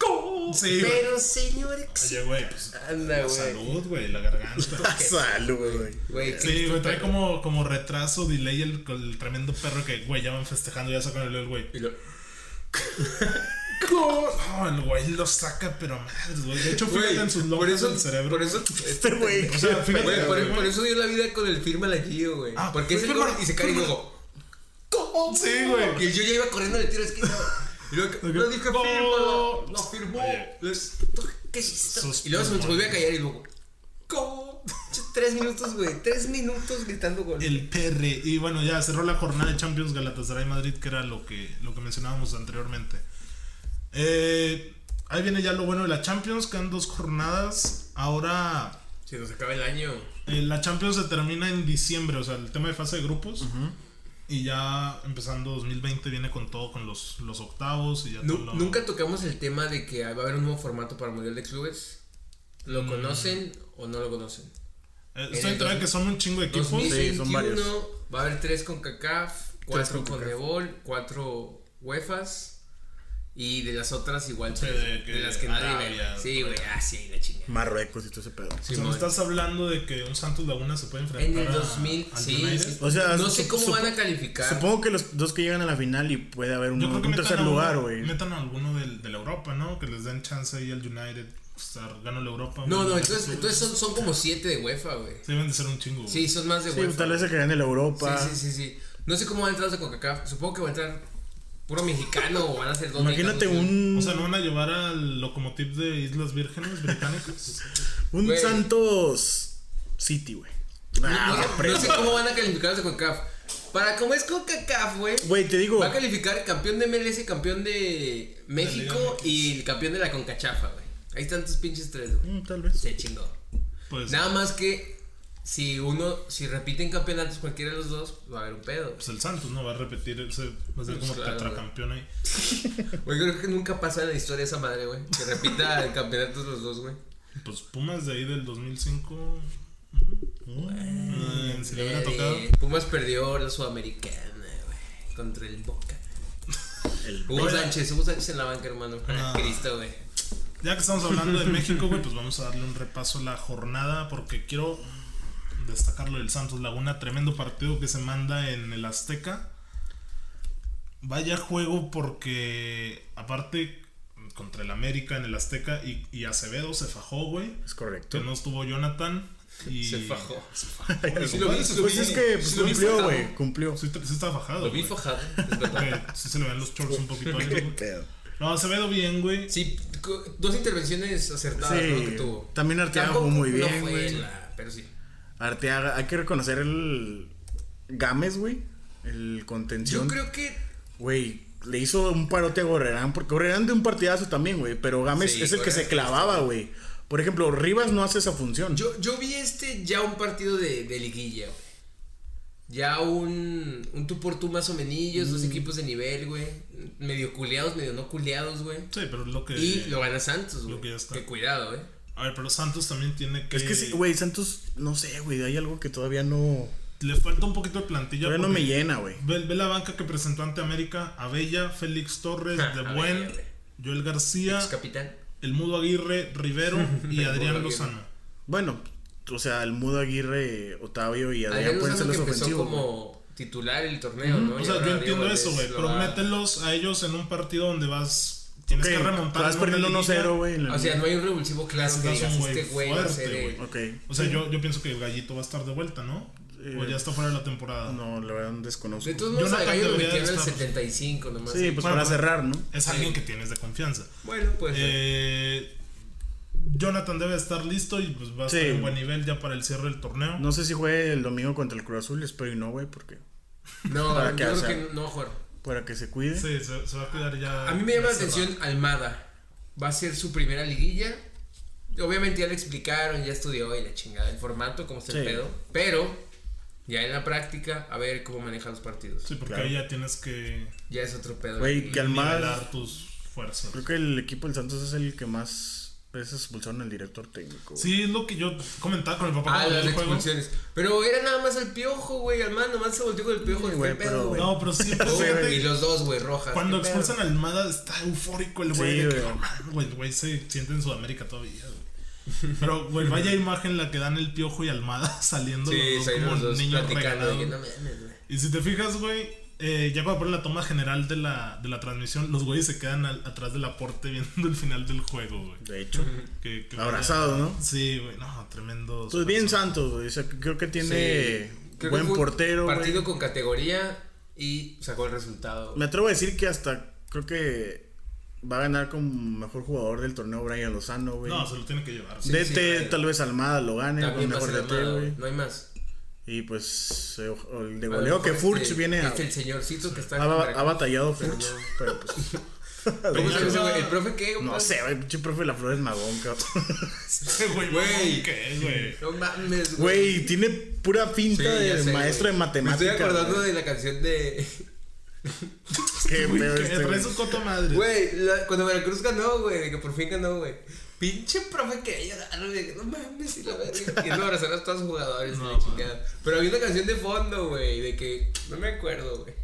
S1: Sí, güey.
S2: Pero señor excitado.
S1: Oye, güey, pues.
S2: Anda, güey.
S1: Salud, güey, la garganta.
S3: Salud, güey.
S2: Güey,
S1: Sí, güey, trae como, como retraso, delay el, el tremendo perro que, güey, ya van festejando, ya sacan el gol, güey.
S2: Y lo-
S1: No, Ah, el güey lo saca, pero madre, güey. De hecho, fíjate
S2: Güey,
S1: en sus
S2: por
S1: locos
S2: eso,
S1: del cerebro.
S2: Por eso,
S3: Este güey.
S1: O sea, fíjate,
S2: Güey, pues. por,
S1: güey.
S2: por eso dio la vida con el firma la Gio, güey.
S1: Ah,
S2: Porque es el
S1: firma-
S2: gol y se cae y luego.
S1: Sí, güey.
S2: Y el Gio ya iba corriendo de tiro de esquina. Y luego, no dije
S1: No.
S2: firma, lo firmó.
S1: Oye.
S2: Les- ¿Qué hiciste?
S1: Sus
S2: Y luego se
S1: pulmones.
S2: volvió a callar y luego. ¿Cómo? Tres minutos, güey. Tres minutos gritando gol.
S1: El PR. Y bueno, ya cerró la jornada de Champions Galatasaray Madrid, que era lo que, lo que mencionábamos anteriormente. Eh, ahí viene ya lo bueno de la Champions, quedan dos jornadas. Ahora,
S2: Se nos acaba el año.
S1: eh, la Champions se termina en diciembre, o sea, el tema de fase de grupos. Y ya empezando 2020 viene con todo, con los, los octavos y ya
S2: Nu-
S1: todo lo-
S2: Nunca tocamos el tema de que va a haber un nuevo formato para el Mundial de Clubes.
S1: Mm.
S2: ¿Lo conocen o no lo conocen?
S1: Eh,
S2: en
S1: estoy
S2: el
S1: enterado de que son un chingo de equipos.
S3: Sí,
S2: 2021
S3: son varios.
S2: va a haber 3 con CACAF, 4
S3: con
S2: con Nebol, 4 UEFAs y de las otras igual
S1: Sí,
S2: tres,
S1: de
S2: de,
S1: que
S2: las que nadie
S1: Arabia,
S2: ve. Sí, güey, ah, sí, la chingada.
S3: Marruecos y todo ese pedo.
S1: O sea,
S2: Simón.
S1: me estás hablando de que un Santos Laguna se puede enfrentar
S2: En el
S1: a-
S2: 2000,
S1: al
S2: sí,
S1: United.
S2: sí.
S3: O sea,
S2: no
S3: sup-
S2: sé cómo
S3: sup-
S2: van a calificar.
S3: Supongo que los dos que llegan a la final y puede haber uno,
S1: Yo creo que
S3: un
S1: metan
S3: tercer
S1: a uno-
S3: lugar, güey.
S1: Metan a alguno del, de la Europa, ¿no? Que les den chance ahí al United. Estar, gano la Europa.
S2: no,
S1: güey,
S2: no,
S1: gano
S2: entonces,
S1: el-
S2: entonces son, son como 7 de UEFA, güey.
S1: Se deben de ser un chingo.
S2: Sí,
S1: Sí.
S2: son más de
S3: Sí,
S2: UEFA.
S3: tal vez el que gane la Europa.
S2: Sí, sí, sí, sí. No sé cómo van a entrar los de CONCACAF. Supongo que va a entrar puro mexicano o van a ser dos
S3: Imagínate
S2: mexicanos.
S3: un,
S1: O sea, ¿no van a llevar al locomotiv de Islas Vírgenes Británicas?
S3: un
S2: güey.
S3: Santos City, güey.
S2: No,
S3: Ah,
S2: no-
S3: la
S2: no
S3: pre-
S2: sé cómo van a calificar los de CONCACAF. Para como es CONCACAF, güey.
S3: Güey, te digo,
S2: Va a calificar campeón de MLS, campeón de México
S1: Liga MX.
S2: y el campeón de la Concachafa, güey. Ahí están tus pinches tres, güey.
S3: mm, tal vez.
S2: Se chingó.
S1: Pues,
S2: Nada más que si uno, si repiten campeonatos cualquiera de los dos, va a haber un pedo.
S1: pues el Santos, ¿no? Va a repetir ese. Va a ser como
S2: Claro,
S1: tetracampeón ahí.
S2: Güey, creo que nunca pasa en la historia esa madre, güey. Que repita el campeonato de los dos, güey.
S1: Pues Pumas de ahí del 2005. eh, si le hubiera
S2: Eh,
S1: tocado.
S2: Pumas perdió la Sudamericana, güey. Contra el Boca.
S3: El-
S2: Hugo Sánchez, Hugo Sánchez en la banca, hermano.
S1: Ah.
S2: Cristo, güey.
S1: Ya que estamos hablando de México, güey, pues vamos a darle un repaso a la jornada porque quiero destacarlo del Santos Laguna, tremendo partido que se manda en el Azteca. Vaya juego porque aparte contra el América en el Azteca y, y Acevedo se fajó, güey.
S3: Es
S1: Que
S3: correcto.
S1: no estuvo Jonathan y
S2: Se fajó. Se fajó.
S3: Pues
S2: Sí lo vi, sí lo vi.
S3: es que pues,
S2: Sí lo vi
S3: cumplió,
S2: fajado.
S3: güey. Cumplió.
S1: Sí, te- sí estaba fajado.
S2: Lo vi
S1: güey.
S2: fajado. es verdad.
S1: Que sí se le ven los shorts un poquito altos,
S3: Qué
S1: güey.
S3: pedo.
S1: No, Acevedo bien, güey.
S2: Sí, cu- dos intervenciones acertadas
S3: Sí,
S2: ¿no? que tuvo.
S3: también Arteaga
S2: Tampoco
S3: jugó muy
S2: no
S3: bien,
S2: fue
S3: güey.
S2: la- pero sí.
S3: Arteaga, hay que reconocer el Gámez, güey. El
S2: Yo
S3: contención.
S2: creo que
S3: Güey, le hizo un parote a Gorrerán, porque Gorrerán de un partidazo también, güey, pero Gámez
S2: Sí,
S3: es el que
S2: Gorrerán
S3: se
S2: es
S3: clavaba, güey. Por ejemplo, Rivas no hace esa función.
S2: yo, yo vi este ya un partido de, de liguilla, güey. Ya un, un tú por tú más o menillos,
S1: Mm.
S2: dos equipos de nivel, güey. Medio culeados, medio no culeados, güey.
S1: Sí, pero es lo que.
S2: Y lo gana Santos,
S1: Lo que
S2: güey.
S1: ya está.
S2: Que cuidado, güey.
S1: A ver, pero Santos también tiene que.
S3: es que sí, güey, Santos, no sé, güey, hay algo que todavía no
S1: Le falta un poquito de plantilla.
S3: todavía no
S1: porque-
S3: me llena, güey.
S1: Ve, ve la banca que presentó ante América, Abella, Félix Torres,
S2: Ja,
S1: De
S2: Abella,
S1: Buen,
S2: güey.
S1: Joel García,
S2: Es capitán.
S1: El Mudo Aguirre, Rivero y
S2: El Mudo
S1: Adrián
S2: Aguirre.
S1: Lozano.
S3: Bueno, o sea, el Mudo Aguirre, Otavio y Adrián
S2: Adrián
S3: pueden ser
S2: Lozano
S3: los
S2: que empezó
S3: ofensivos. güey.
S2: como titular el torneo, ¿no?
S1: O
S2: Y
S1: sea,
S2: ahora
S1: yo
S2: Diego
S1: entiendo
S2: Valdés
S1: eso, güey,
S2: lo
S1: pero
S2: va- "Ah,
S1: mételos a ellos en un partido donde vas... Tienes
S3: Ok,
S1: que remontar.
S3: Vas
S1: en una
S3: perdiendo
S1: liguilla.
S3: 1-0, güey. en la
S2: O sea,
S3: liga.
S2: no hay un revulsivo claro que
S1: Necesitas
S2: digas,
S1: un
S2: este
S1: güey
S2: güey va a
S1: fuerte,
S2: ser... eh,
S1: güey.
S3: Ok.
S1: O sea, yo, yo pienso que el gallito va a estar de vuelta, ¿no? o
S3: Eh,
S1: ya está fuera de la temporada.
S3: No, la verdad desconozco.
S2: De todos modos,
S1: Jonathan
S2: a Gallo lo
S1: debería
S2: metieron en el
S1: estar-
S2: 75 nomás.
S3: Sí, pues
S1: Bueno,
S3: para cerrar, ¿no?
S1: Es
S2: Sí.
S1: alguien que tienes de confianza.
S2: Bueno, pues.
S1: Eh, Jonathan debe estar listo y pues va a
S3: Sí.
S1: estar en buen nivel ya para el cierre del torneo.
S3: No sé si juegue el domingo contra el Cruz Azul, espero y no, güey, porque
S2: no,
S3: para
S2: yo
S3: que
S2: creo
S3: hacer.
S2: que no, no, Jorge.
S1: ah,
S3: para que se cuide.
S1: Sí, se, se va a quedar ya.
S2: A mí me llama la
S1: ya cerrado.
S2: atención Almada. Va a ser su primera liguilla. Obviamente ya le explicaron, ya estudió y la chingada el formato, cómo está el
S3: Sí.
S2: pedo. Pero ya en la práctica, a ver cómo maneja los partidos.
S1: Sí, porque
S3: Claro.
S1: ahí ya tienes que
S2: Ya es otro pedo.
S3: Güey, que Almada
S1: nivelar tus fuerzas.
S3: Creo que el equipo del Santos es el que más veces expulsaron al director técnico. güey.
S1: Sí, es lo que yo comentaba con el papá
S2: Ah,
S1: cuando
S2: las
S1: vi el juego.
S2: expulsiones. Pero era nada más el piojo, güey. Almada nomás se volteó con el piojo. ¿Qué
S3: güey,
S2: pedo,
S3: pero-
S2: güey?
S1: No, pero sí, pues,
S2: Güey,
S1: fíjate,
S2: y los dos, güey, rojas.
S1: cuando
S2: ¿Qué pedo?
S1: expulsan a Almada está eufórico el güey.
S3: Sí,
S1: de que,
S3: güey.
S1: "No mames, güey, el güey se siente en Sudamérica todavía, güey. Pero, güey, vaya imagen la que dan el piojo y Almada saliendo
S2: Sí,
S1: los dos
S2: salieron
S1: como
S2: los dos
S1: niños
S2: platicando. de que
S1: regalados.
S2: no mames, güey.
S1: Y si te fijas, güey, eh, ya cuando ponen la toma general de la, de la transmisión, los güeyes se quedan al- atrás del aporte viendo el final del juego, güey.
S3: De hecho,
S1: Que- que-
S3: abrazado, ¿no?
S1: Sí, güey, no, tremendo.
S3: Pues bien Santos, güey. o sea, creo que tiene
S2: Sí. Creo que
S3: buen
S2: fue un
S3: portero. güey.
S2: Partido con categoría y sacó el resultado. güey.
S3: Me atrevo a decir que hasta creo que va a ganar como mejor jugador del torneo Brian Lozano, güey.
S1: No, se lo tiene que llevar.
S2: Sí,
S3: DT
S2: sí, güey.
S3: tal vez Almada lo gane,
S2: También
S3: güey,
S2: va a
S3: mejor
S2: ser
S3: DT,
S2: Almada,
S3: güey.
S2: güey. No hay más.
S3: Y pues eh, o- el de goleo que Furch viene a,
S2: Este el señorcito que está.
S3: ha,
S2: con
S3: ba- ha
S2: Veracruz.
S3: batallado Furch. Pero pues.
S2: ¿Cómo se llama ese
S1: Peña-
S2: güey? ¿El profe qué?
S3: No sé, güey, pinche profe la flor es magón, cabrón.
S1: Este güey,
S2: Güey.
S1: mamón, ¿qué es, güey?
S2: No mames,
S3: Güey, tiene pura
S2: Sí,
S3: finta
S2: ya
S3: de
S2: sé,
S3: maestro
S2: güey.
S3: de
S2: Me
S3: matemáticas.
S2: estoy acordando
S3: güey.
S2: de la canción de.
S3: Qué
S1: Güey,
S3: pedo
S1: ¿qué?
S3: este,
S1: Trae
S3: güey.
S1: su coto madre.
S2: Güey, la- cuando Veracruz ganó, güey, de que por fin ganó, güey. Pinche profe que hay llorar, güey. No mames, y la verga. Quiero abrazar a todos los jugadores, y
S1: No,
S2: la chingada. Pero había una canción de fondo, güey, de que. No me acuerdo, güey.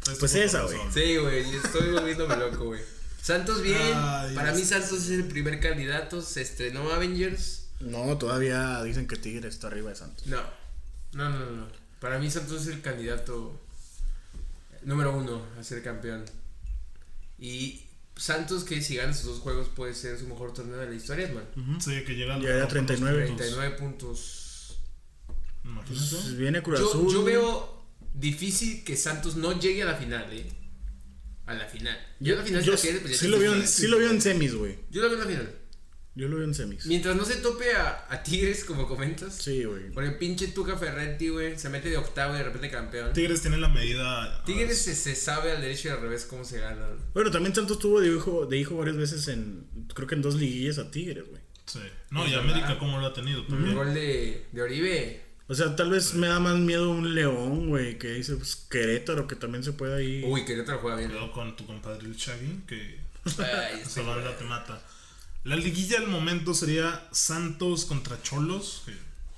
S1: Trae su
S3: Pues
S1: coto
S3: esa,
S1: razón.
S3: güey.
S2: Sí, güey, y estoy volviéndome loco, güey. Santos bien.
S1: Ay,
S2: Para
S1: Dios.
S2: mí, Santos es el primer candidato. Se estrenó Avengers.
S3: No, todavía dicen que Tigre está arriba de Santos.
S2: No. No, no, no, no. Para mí Santos es el candidato número uno a ser campeón. Y Santos que si gana sus dos juegos puede ser su mejor torneo de la historia, man.
S1: Sí, que llega al
S3: Llegaría a 39.
S2: 39 puntos.
S1: Imagínate.
S3: Pues viene Cruz
S2: Yo,
S3: Azul.
S2: yo veo difícil que Santos no llegue a la final, ¿eh? A la final. Yo a la final si
S3: Yo
S2: la pierde, pues ya
S3: sí
S2: te
S3: lo veo en-
S2: dije.
S3: sí lo veo en semis, güey.
S2: Yo la veo en la final.
S3: Yo lo veo en semis.
S2: Mientras no se tope a, a Tigres, como comentas.
S3: Sí, güey.
S2: Porque pinche Tuca Ferretti, güey, se mete de octavo y de repente campeón.
S1: Tigres tiene la medida.
S2: Tigres se, se sabe al derecho y al revés cómo se gana.
S3: Bueno, también Santos tuvo de hijo, de hijo varias veces en. Creo que en dos liguillas a Tigres, güey.
S1: Sí. No,
S2: Es
S1: y
S2: verdad.
S1: América, ¿cómo lo ha tenido?
S2: El
S1: También.
S2: gol de, de Oribe.
S3: O sea, tal vez me da más miedo un León, güey, que dice pues, Querétaro, que también se puede ahí.
S2: Uy, Querétaro juega bien.
S1: Cuidado con tu compadre el Shaggy, que
S2: Ay,
S1: esa barrera te mata. La liguilla al momento sería Santos contra Cholos, que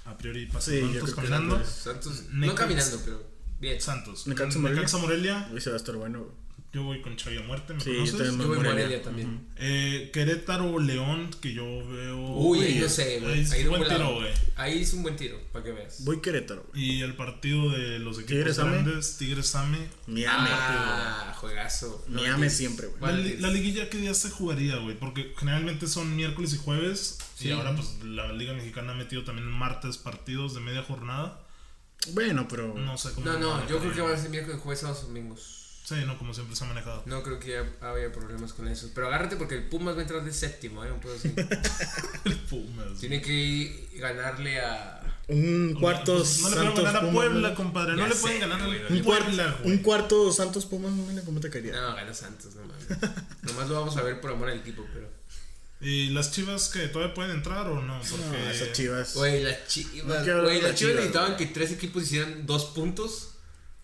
S1: a priori pasa
S3: Sí, yo
S1: Santos
S3: creo que
S1: caminando.
S3: Santos.
S2: Santos, no
S1: Necaxa.
S2: caminando, pero bien.
S1: Santos.
S3: Necaxa Morelia.
S1: Necaxa Morelia.
S3: Uy, se va a estar bueno, güey.
S1: Yo voy con Xavi a muerte, ¿me
S3: Sí, yo
S1: conoces?
S3: también
S2: Yo voy
S3: Morelia.
S2: Morelia también.
S1: Eh, Querétaro, León, que yo veo.
S2: Uy, ahí
S1: Uy,
S2: no sé, güey.
S1: ahí es
S2: Ahí de un
S1: buen
S2: volado.
S1: tiro, güey.
S2: Ahí es un buen tiro, para que veas.
S3: Voy Querétaro, güey.
S1: Y el partido de los equipos
S3: Tigres Ame.
S1: grandes, Tigres Ame.
S3: Miame.
S2: Ah, juegazo. No,
S3: Miame
S2: Tigres.
S3: siempre, güey.
S1: La,
S2: Bueno,
S1: li-
S2: Tigres.
S1: la liguilla, ¿qué día se jugaría, güey? Porque generalmente son miércoles y jueves.
S2: Sí.
S1: Y ahora, pues, la Liga Mexicana ha metido también martes partidos de media jornada.
S3: Bueno, pero.
S1: No sé cómo.
S2: No,
S1: lo
S2: no, yo
S1: manejarían.
S2: creo que van a ser miércoles, jueves, sábados, domingos.
S1: Sí, no, como siempre se ha manejado.
S2: No creo que ya haya problemas con eso. Pero agárrate porque el Pumas va a entrar de séptimo, ¿eh? Un pedo así.
S1: Pumas.
S2: Tiene que ir- ganarle a.
S3: Un cuarto
S1: Pues, No le pueden
S3: Santos
S1: ganar a
S3: Pumas,
S1: Puebla,
S3: güey.
S1: compadre. No
S2: Ya
S1: le
S2: sé,
S1: pueden ganar
S2: güey,
S1: a
S2: un
S3: Un,
S1: un Puebla,
S3: cuar-
S1: güey. Ah,
S3: un cuarto Santos Pumas, mira cómo te caería.
S2: No, gana Santos, no mames. Nomás lo vamos a ver por amor al equipo, pero.
S1: ¿Y las chivas que todavía pueden entrar o no? Porque
S3: No, Ah, esas chivas.
S2: Güey, las
S3: No
S2: chivas.
S3: quiero
S2: Güey,
S3: hablar de
S2: las chivas
S3: Chivas,
S2: necesitaban que tres equipos hicieran dos puntos.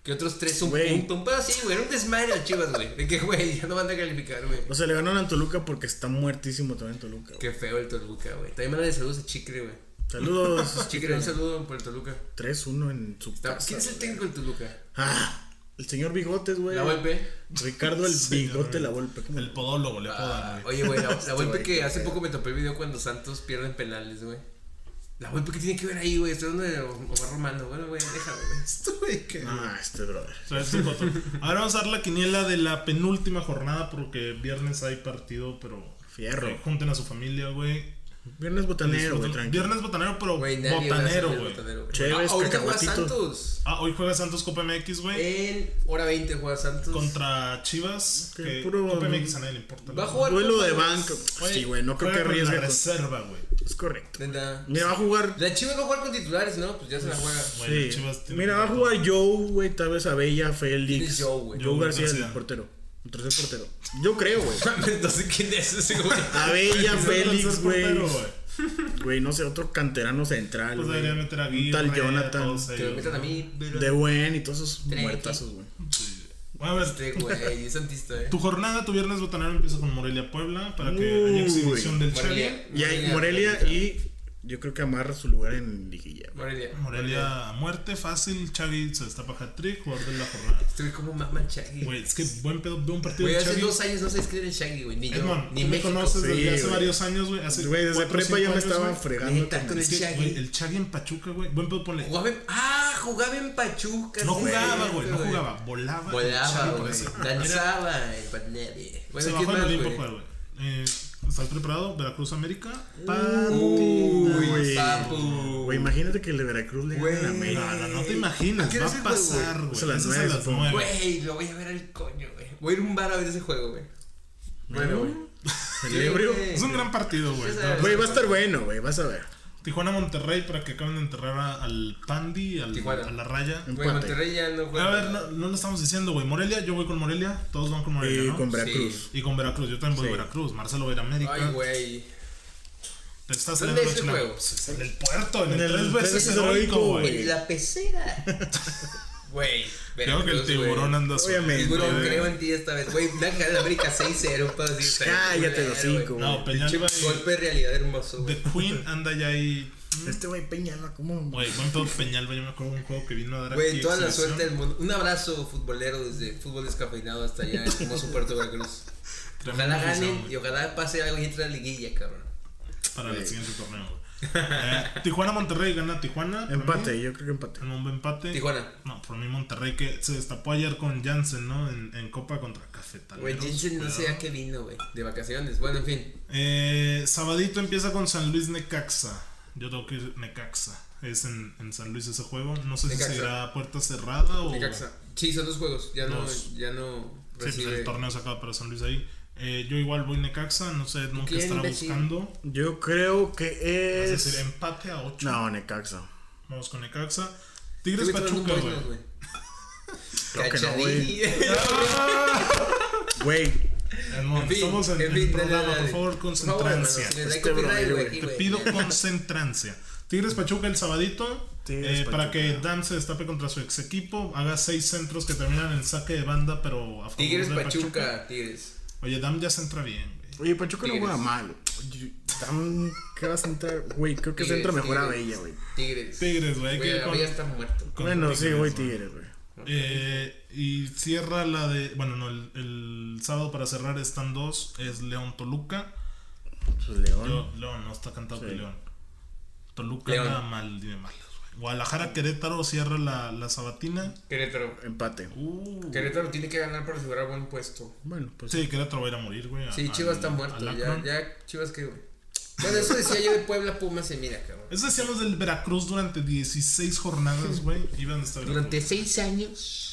S2: Que otros tres un
S3: Güey.
S2: punto. Un pedo así, güey. Era un desmadre las chivas, güey. De que, güey, ya no van a calificar, güey.
S3: O sea, le ganaron a Toluca porque está muertísimo también Toluca. güey.
S2: Qué feo el Toluca, güey. También manda de saludos a Chicre, güey.
S3: Saludos.
S2: Chicre, un saludo por el Toluca.
S3: 3-1 en su
S2: Está-
S3: casa,
S2: ¿Quién es el
S3: güey.
S2: técnico del Toluca?
S3: Ah, el señor Bigotes, güey.
S2: La E Volpe.
S3: Ricardo el
S1: Señor,
S3: Bigote, la
S1: güey.
S3: Volpe. ¿cómo?
S1: El podólogo le apodan, güey.
S2: Ah, Oye, güey, la, la Volpe
S3: güey, qué
S2: que hace
S3: feo.
S2: poco me topé el video cuando Santos pierden penales, güey. La Volpe que tiene que ver ahí, güey. Estoy hablando de Omar Romano. Bueno, güey, déjame, güey. Esto, güey, que.
S3: Ah, este brother.
S1: Trae su foto. Ahora vamos a dar la quiniela de la penúltima jornada porque viernes hay partido, pero
S3: Fierro.
S1: eh, junten a su familia, güey.
S3: Viernes botanero, güey,
S1: Disfruten.
S3: tranquilo.
S1: viernes botanero, pero
S2: Güey, nadie va a
S1: botanero,
S2: saber el
S1: güey.
S2: botanero, güey.
S3: Chéves,
S2: Ah, ahorita juega
S3: cacahuatito.
S2: Santos.
S1: Ah, hoy juega Santos Copa MX, güey.
S2: En hora 20 juega Santos.
S1: Contra Chivas,
S3: Que
S1: que
S3: puro-
S1: Copa MX a nadie le importa.
S2: Va a
S1: güey.
S2: jugar
S3: Duelo de
S2: Copa,
S3: banco.
S1: Güey,
S3: Sí, güey, no creo que
S1: juega con
S3: arriesgue.
S1: la
S3: con-
S1: reserva, güey.
S3: Es correcto.
S2: Neta.
S3: Mira, va a jugar.
S2: La Chivas va a jugar con titulares, ¿no? Pues ya se la juega.
S1: Bueno,
S3: Sí.
S1: Chivas tiene
S3: Mira,
S1: que
S3: va a
S1: ganar.
S3: jugar Joe, güey, tal vez Abella,
S2: ¿Quién
S3: Félix.
S2: es Joe, güey?
S3: Joe
S1: Joe
S3: García,
S1: García.
S3: el portero. El tercer portero. Yo creo, güey.
S2: no sé quién es ese güey.
S3: Abella,
S1: Ese es el
S3: Félix,
S1: tercer
S3: güey.
S1: portero, güey.
S3: Güey, no sé, otro canterano central.
S1: Pues
S3: güey.
S1: debería meter a
S3: Un
S1: Aguirre,
S3: Tal
S1: a
S3: Jonathan.
S1: todos
S2: Que me
S1: ellos,
S2: metan a
S1: ¿no?
S2: mí. pero-
S3: De buen y todos esos
S2: Tranqui.
S3: muertazos, güey.
S1: Sí. Bueno, a ver,
S2: Este güey, es santista, ¿eh?
S1: Tu jornada, tu viernes botanero empieza con Morelia Puebla para que
S3: Uy.
S1: haya exhibición del Chevy.
S2: Morelia.
S3: Y hay Morelia y yo creo que amarra su lugar en Liguilla. güey.
S2: Morelia.
S1: Morelia a muerte fácil, Chavi se destapa hat-trick, jugador de la jornada.
S2: Estoy como mamá Shaggy.
S1: Güey, es que buen pedo, veo un partido
S2: Güey,
S1: de
S2: hace
S1: Chavi.
S2: dos años no sé escribir el Shaggy, güey. Ni yo,
S1: Edmond,
S2: ni
S1: tú me
S2: México.
S1: conoces desde
S3: Sí,
S1: hace
S3: güey.
S1: varios años, güey. Hace
S3: Güey, desde
S1: cuatro,
S3: prepa ya
S1: cinco
S3: me
S1: años,
S3: estaba
S1: güey.
S3: fregando.
S2: Neta,
S3: con-
S2: con
S1: Es que,
S2: Chavi.
S1: güey, el Chavi en Pachuca, güey. Buen pedo, ponle.
S2: Jugaba en... Ah, jugaba en Pachuca.
S1: No
S2: sí,
S1: jugaba,
S2: cierto,
S1: güey, no jugaba. Volaba. el
S2: Volaba,
S1: Xavi por
S2: güey.
S1: ese-
S2: Danzaba el panere.
S1: Se
S2: Bueno,
S1: bajó
S2: ¿quién
S1: en
S2: más,
S1: Olimpo,
S2: güey?
S1: jugar, güey. Eh, ¿Estás preparado? Veracruz América.
S2: Uy,
S3: Güey.
S2: papu.
S3: Güey, imagínate que el de Veracruz le gane a
S2: Güey.
S1: No,
S3: América.
S1: no, no te
S2: ¿A qué
S1: imaginas, va
S2: hora
S1: a
S2: es el juego, güey?
S1: pasar, güey.
S3: Es a las
S1: Eso es
S3: nueve, supongo.
S1: nueve.
S2: Güey, lo voy a ver al coño, güey. Voy a ir a un bar a ver ese juego, güey. Bueno, güey.
S3: El ebrio.
S2: güey.
S1: Es un gran partido, güey.
S2: Sí, sí.
S1: No,
S3: Güey, va a estar bueno, güey, vas a ver.
S1: Tijuana-Monterrey para que acaben de enterrar a- al Pandi, al,
S2: Tijuana.
S1: a la raya.
S2: Güey,
S3: Empate.
S2: Monterrey ya no juega.
S1: A ver, no, no lo estamos diciendo, güey. Morelia, yo voy con Morelia. Todos van con Morelia,
S3: Y
S1: ¿no?
S3: con Veracruz.
S1: Y con Veracruz. Yo también voy
S3: Sí.
S1: a Veracruz. Marcelo va a ir a América.
S2: Ay, güey.
S1: Te estás
S2: ¿Dónde
S1: saliendo
S2: es el
S1: de
S2: juego?
S1: Pues, en el puerto, en el,
S3: En el
S1: tres veces
S3: tres
S1: heroico,
S3: heroico,
S1: güey.
S3: güey.
S2: En la pecera. Güey.
S1: Creo que el
S2: Veracruz, güey.
S1: tiburón anda
S3: Obviamente.
S2: Tiburón,
S1: güey.
S2: creo en ti esta vez. Güey, la cara de América 6-0. pues, así, está bien
S3: Cállate
S2: culero,
S3: los
S2: güey.
S3: cinco,
S1: No,
S3: güey.
S1: Peña
S2: Pinche Golpe de realidad hermoso, güey.
S1: The Queen anda ya ahí.
S3: Este güey Peña, ¿no? ¿Cómo?
S1: Güey, buen pedo Peñalba, yo me acuerdo de un juego que vino a dar
S2: Güey,
S1: aquí
S2: toda la
S1: exhibición.
S2: suerte del mundo. Un abrazo futbolero desde fútbol descafeinado hasta allá, el hermoso Puerto Veracruz.
S1: Tremenda
S2: Ojalá
S1: afición,
S2: ganen
S1: güey,
S2: y ojalá pase algo y entre a la liguilla, cabrón.
S1: Para el siguiente torneo, güey. Eh, Tijuana Monterrey gana Tijuana. por
S3: Empate,
S1: mí.
S3: yo creo que empate.
S1: En un buen empate.
S2: Tijuana.
S1: No, por mí Monterrey que se destapó ayer con Jansen, ¿no? En, en Copa contra
S2: Güey,
S1: Cafetaleros.
S2: Jensen no
S1: cuidado.
S2: sé a qué vino, güey. De vacaciones. Bueno, en fin.
S1: Eh, sabadito empieza con San Luis Necaxa. Yo tengo que ir Necaxa. Es en, en San Luis ese juego. No sé
S2: Necaxa.
S1: si será puerta cerrada o.
S2: Necaxa. Sí, son dos juegos. Ya no,
S1: Dos.
S2: ya no
S1: Sí, pues el
S2: recibe.
S1: torneo se acaba para San Luis ahí. Eh, yo igual voy Necaxa, no sé, nunca
S2: quién,
S1: estará
S2: Becky?
S1: buscando.
S3: Yo creo que
S1: Es
S3: es.
S1: decir, empate a 8.
S3: No, Necaxa.
S1: Vamos con Necaxa.
S2: Estuve
S1: Tigres
S2: tomando un
S1: Pachuca,
S2: Boys,
S1: güey.
S2: güey.
S3: Creo que no, güey.
S2: Cachadilla.
S3: Güey,
S1: Hermano,
S2: En fin,
S1: Estamos en
S2: en
S1: el
S2: fin, dale,
S1: programa,
S2: dale.
S1: por favor,
S2: Por favor,
S1: concentrancia.
S2: hermano, si les da
S3: Este
S2: copyright,
S3: brother,
S2: güey,
S3: güey.
S2: aquí,
S1: Te
S2: güey,
S1: pido
S2: ya.
S1: concentrancia. Tigres Pachuca el sabadito.
S3: Tigres
S1: eh, para
S3: Pachuca.
S1: que Dan se destape contra su ex equipo. Haga seis centros que terminan en saque de banda, pero a favor
S2: Tigres
S1: de
S2: Pachuca, Tigres.
S1: Oye, Dan ya se entra bien, güey.
S3: oye, Pachuca no
S2: Tigres.
S3: juega mal. Oye, tan- ¿Qué vas a entrar? Güey, creo que se
S2: Tigres,
S3: entra mejor a
S2: Tigres.
S3: Bella, güey.
S2: Tigres.
S1: Tigres, güey, hay que
S2: Güey,
S1: ir con-
S2: Abella está muerto.
S1: Contra
S3: Bueno, sí,
S1: Tigres,
S3: güey,
S1: güey.
S3: Tigres, güey.
S1: Eh, y cierra la de. Bueno, no, el, el sábado para cerrar están dos: es León Toluca.
S3: Pues León.
S1: Yo- León, no está cantado que
S3: Sí.
S1: León. Toluca
S2: León.
S1: nada mal, dime malas, güey. Guadalajara Querétaro cierra la, la sabatina.
S2: Querétaro.
S3: Empate.
S1: Uh.
S2: Querétaro tiene que ganar para asegurar buen puesto.
S3: Bueno, pues.
S1: Sí, Querétaro va a ir a morir, güey. a-
S2: Sí, Chivas
S1: al-
S2: está muerto.
S1: al
S2: Ya,
S1: Akron.
S2: ya, Chivas que, güey. Bueno, eso decía yo de Puebla Pumas y mira, cabrón.
S1: Eso decíamos del Veracruz durante 16 jornadas, güey. Iban a estar
S2: Durante seis años.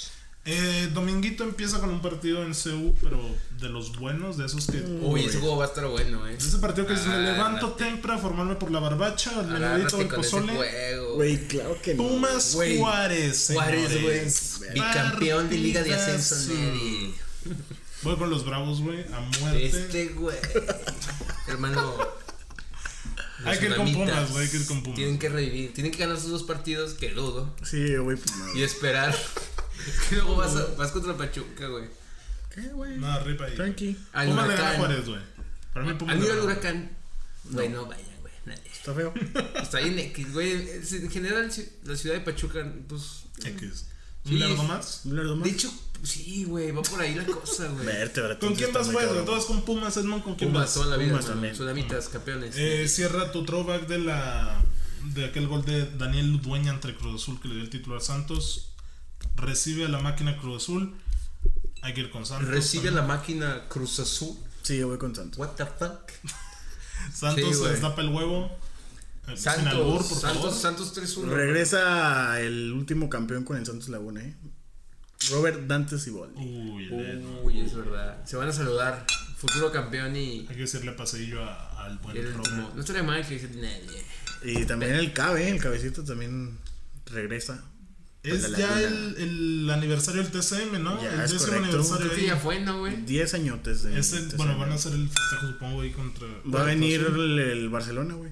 S1: Eh, Dominguito empieza con un partido en CU, pero de los buenos, de esos que.
S2: Uy, ese juego va a estar bueno, eh.
S1: De ese partido que es, me
S2: Agárrate.
S1: levanto temprano a formarme por la barbacha, al menudito
S2: Agárrate
S1: del
S2: Ah, este con ese
S1: pozole.
S2: juego.
S3: Güey, claro que no.
S1: Pumas
S2: Güey.
S1: Juárez.
S2: Juárez,
S1: señores.
S2: güey. Bicampeón de Liga de Ascenso, Neri.
S1: Voy con los bravos, güey, a muerte.
S2: Este, güey. Hermano. los
S1: Hay que ir con
S2: Pumitas
S1: Pumas, güey, hay que ir con Pumas.
S2: Tienen que revivir. Tienen que ganar sus dos partidos, que dudo.
S3: Sí, pues yo voy Pumas.
S2: Y esperar. Es que luego vas, a- vas contra Pachuca, güey.
S3: ¿Qué, güey?
S1: No, ripa ahí.
S3: Tranqui.
S2: Al
S1: Pumas le gana a
S2: Huracán.
S1: Juárez, güey. Para mí Pumas
S2: Al
S1: le
S2: ir al
S1: gana.
S2: huracán. Güey, no vayan, güey. Nadie.
S3: Está feo.
S2: Está bien X, güey. Es- En general, ci- la ciudad de Pachuca, pues.
S1: X.
S2: Sí.
S1: ¿Un largo más?
S3: Un largo más.
S2: De hecho, sí, güey. Va por ahí la cosa, güey.
S3: Verte, Veracruz
S1: ¿Con quién
S3: está
S1: vas,
S3: muy
S1: güey?
S3: cabrón.
S1: Todas con Pumas, Edmond, ¿con quién
S2: Pumas,
S1: vas?
S2: toda la vida.
S3: Pumas
S2: hermano.
S3: también.
S2: Sudamitas, campeones.
S1: Eh, cierra tu throwback de la de aquel gol de Daniel Ludueña entre Cruz Azul que le dio el título a Santos. Recibe a la máquina Cruz Azul. Hay que ir con Santos.
S2: Recibe a la
S1: también.
S2: máquina Cruz Azul.
S3: Sí, yo voy con Santos.
S2: What the fuck? Sí,
S1: Santos se
S2: güey.
S1: destapa el huevo. Eh, Sin
S2: Santos,
S1: albur, por
S2: Santos,
S1: favor.
S2: Santos 3-1.
S3: Regresa el último campeón con el Santos Laguna, ¿eh? Robert Dante Siboldi.
S1: Uy, el-
S2: Uy, es verdad. Se van a saludar. Futuro campeón y.
S1: hay que decirle paseillo a- al buen
S2: y el último.
S1: Robert.
S2: No estaría mal que dice nadie.
S3: Y también el Cabe, ¿eh? el cabecito también regresa.
S1: Es
S3: Pues,
S1: ya
S3: la-
S1: el, el aniversario del TCM, ¿no?
S3: Ya,
S1: el
S3: es
S1: décimo
S3: correcto.
S1: aniversario.
S2: Creo que
S1: ahí.
S2: ya fue, ¿no, güey?
S3: 10 añotes de.
S1: Es el-
S3: de
S1: bueno,
S3: ese
S1: van a
S3: año.
S1: hacer el festejo, supongo, ahí contra.
S3: Va a venir
S1: Cruz Azul.
S3: el, el Barcelona, güey.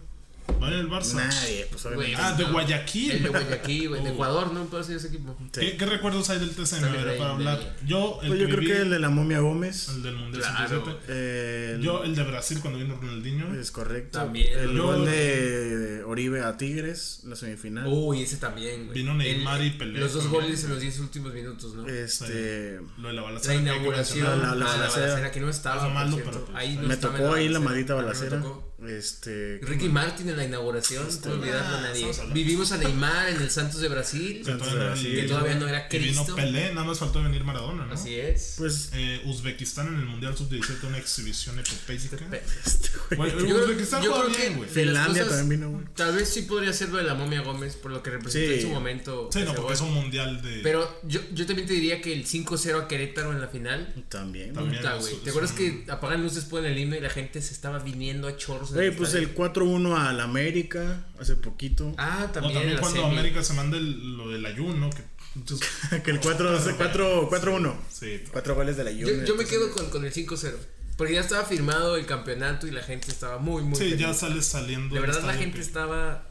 S1: Va a venir el Barça.
S3: Nadie, pues obviamente.
S1: Ah, de
S2: no.
S1: Guayaquil.
S2: El de Guayaquil, güey. De
S1: Oh.
S2: Ecuador, ¿no? Puedo decir ese equipo.
S1: ¿Qué,
S3: Sí.
S1: qué recuerdos hay del TCM? A ver,
S2: Rey,
S1: para
S2: del-
S1: hablar. Yo, el
S3: Pues yo creo
S1: viví,
S3: que el de la momia Gómez.
S1: el del Mundial
S2: Claro.
S1: 57.
S3: El,
S1: Yo, el de Brasil cuando vino Ronaldinho.
S3: es correcto.
S2: También.
S3: El
S1: Yo-
S3: gol de Oribe a Tigres, la semifinal.
S2: Uy, ese también, güey.
S1: Vino Neymar
S2: El-
S1: y Pelé
S2: Los dos
S1: también.
S2: goles en los 10 últimos minutos, ¿no?
S3: este.
S1: Lo de la
S2: La
S1: balacera. que hay que
S2: inauguración.
S1: mencionar.
S3: la- la
S2: ah,
S3: balacera.
S2: que no estaba.
S1: Algo
S2: por
S1: malo,
S2: cierto.
S1: pero, pues,
S2: ahí no
S3: me
S2: estaba
S3: tocó ahí la
S2: balacera.
S3: maldita
S2: A mí me
S3: balacera.
S2: tocó.
S3: Este.
S2: Ricky Martin en la inauguración, no puedo olvidarlo a nadie.
S1: estamos hablando.
S2: Vivimos a Neymar en el Santos de Brasil.
S1: Que todavía no era el-
S2: Que todavía no era
S1: que vino
S2: Cristo.
S1: Pelé, nada más faltó venir Maradona, ¿no?
S2: Así es.
S3: Pues.
S1: Eh, Uzbekistán en el Mundial Sub-17, una exhibición epopélica.
S3: Este,
S1: Güey,
S3: güey.
S2: Yo creo-
S1: Uzbekistán
S2: yo
S1: juega
S2: creo que-
S1: bien, güey.
S3: Finlandia
S2: cosas-
S3: también vino, güey.
S2: Tal vez sí podría ser lo de la momia Gómez, por lo que representó
S3: Sí.
S2: en su momento.
S1: Sí, no,
S2: ese
S1: porque
S2: gol.
S1: es un mundial de.
S2: Pero yo, yo también te diría que el 5-0 a Querétaro en la final.
S3: También.
S1: También
S2: puta,
S1: es-
S2: güey.
S1: es
S2: ¿Te acuerdas
S1: un-
S2: que apagan luces, ponen el himno y la gente se estaba viniendo a chorros en
S3: Güey, pues
S2: estadio.
S3: el 4-1 al América hace poquito.
S2: Ah,
S1: O
S2: también,
S1: también
S2: en la
S1: cuando
S2: semi.
S1: América se manda el- lo del ayuno. Que, entonces-
S3: que el 4 hace 4 4-1.
S1: sí,
S3: Cuatro goles de la
S2: Yo,
S3: Juve.
S2: yo me quedo con, con el 5-0. Porque ya estaba firmado el campeonato y la gente estaba muy, muy
S1: sí,
S2: feliz.
S1: ya sales saliendo. del
S2: De verdad la
S1: estadio
S2: gente
S1: que-
S2: estaba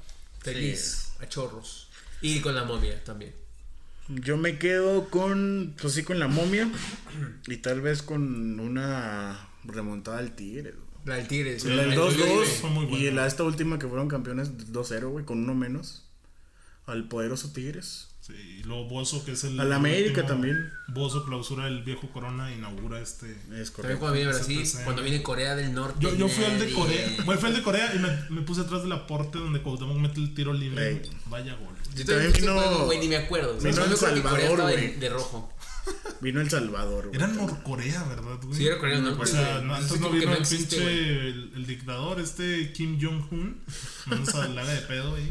S2: feliz, a chorros. Y con la momia también.
S3: Yo me quedo con, pues sí, con la momia y tal vez con una remontada al Tigre. güey.
S2: La del Tigre.
S1: Sí,
S3: La del
S1: el
S3: 2-2
S1: Tigre fue muy
S3: y
S1: buena.
S3: la esta última que fueron campeones 2-0, güey, con uno menos. Al poderoso Tigres.
S1: Sí, y luego Bozo, que es el.
S3: Al América
S1: último-
S3: también.
S1: Bozo clausura el viejo Corona e inaugura este.
S3: Es
S2: También
S3: correcto.
S2: cuando viene Brasil,
S1: 100%.
S2: cuando viene Corea del Norte.
S1: Yo, yo fui al de
S2: nadie.
S1: Corea. Bueno, fui al de Corea y me, me puse atrás del aporte donde Cuauhtémoc mete el tiro libre.
S3: Ey.
S1: Vaya gol.
S2: Yo
S3: Y
S2: también
S3: también
S2: fui a ese
S3: vino-
S2: juego, güey, ni me acuerdo.
S3: vino
S2: Solo
S3: El
S2: creo que Corea
S3: Salvador,
S2: estaba de,
S3: güey.
S2: de rojo.
S3: Vino El Salvador, güey.
S1: Era Norcorea, ¿verdad, güey?
S2: Sí, era Corea del Norte.
S1: O sea,
S2: güey.
S1: no,
S2: Ese
S1: antes no
S2: equipo que
S1: vino el
S2: existe, güey.
S1: pinche el, el dictador, este Kim Jong-un. Menos a la haga de pedo, güey.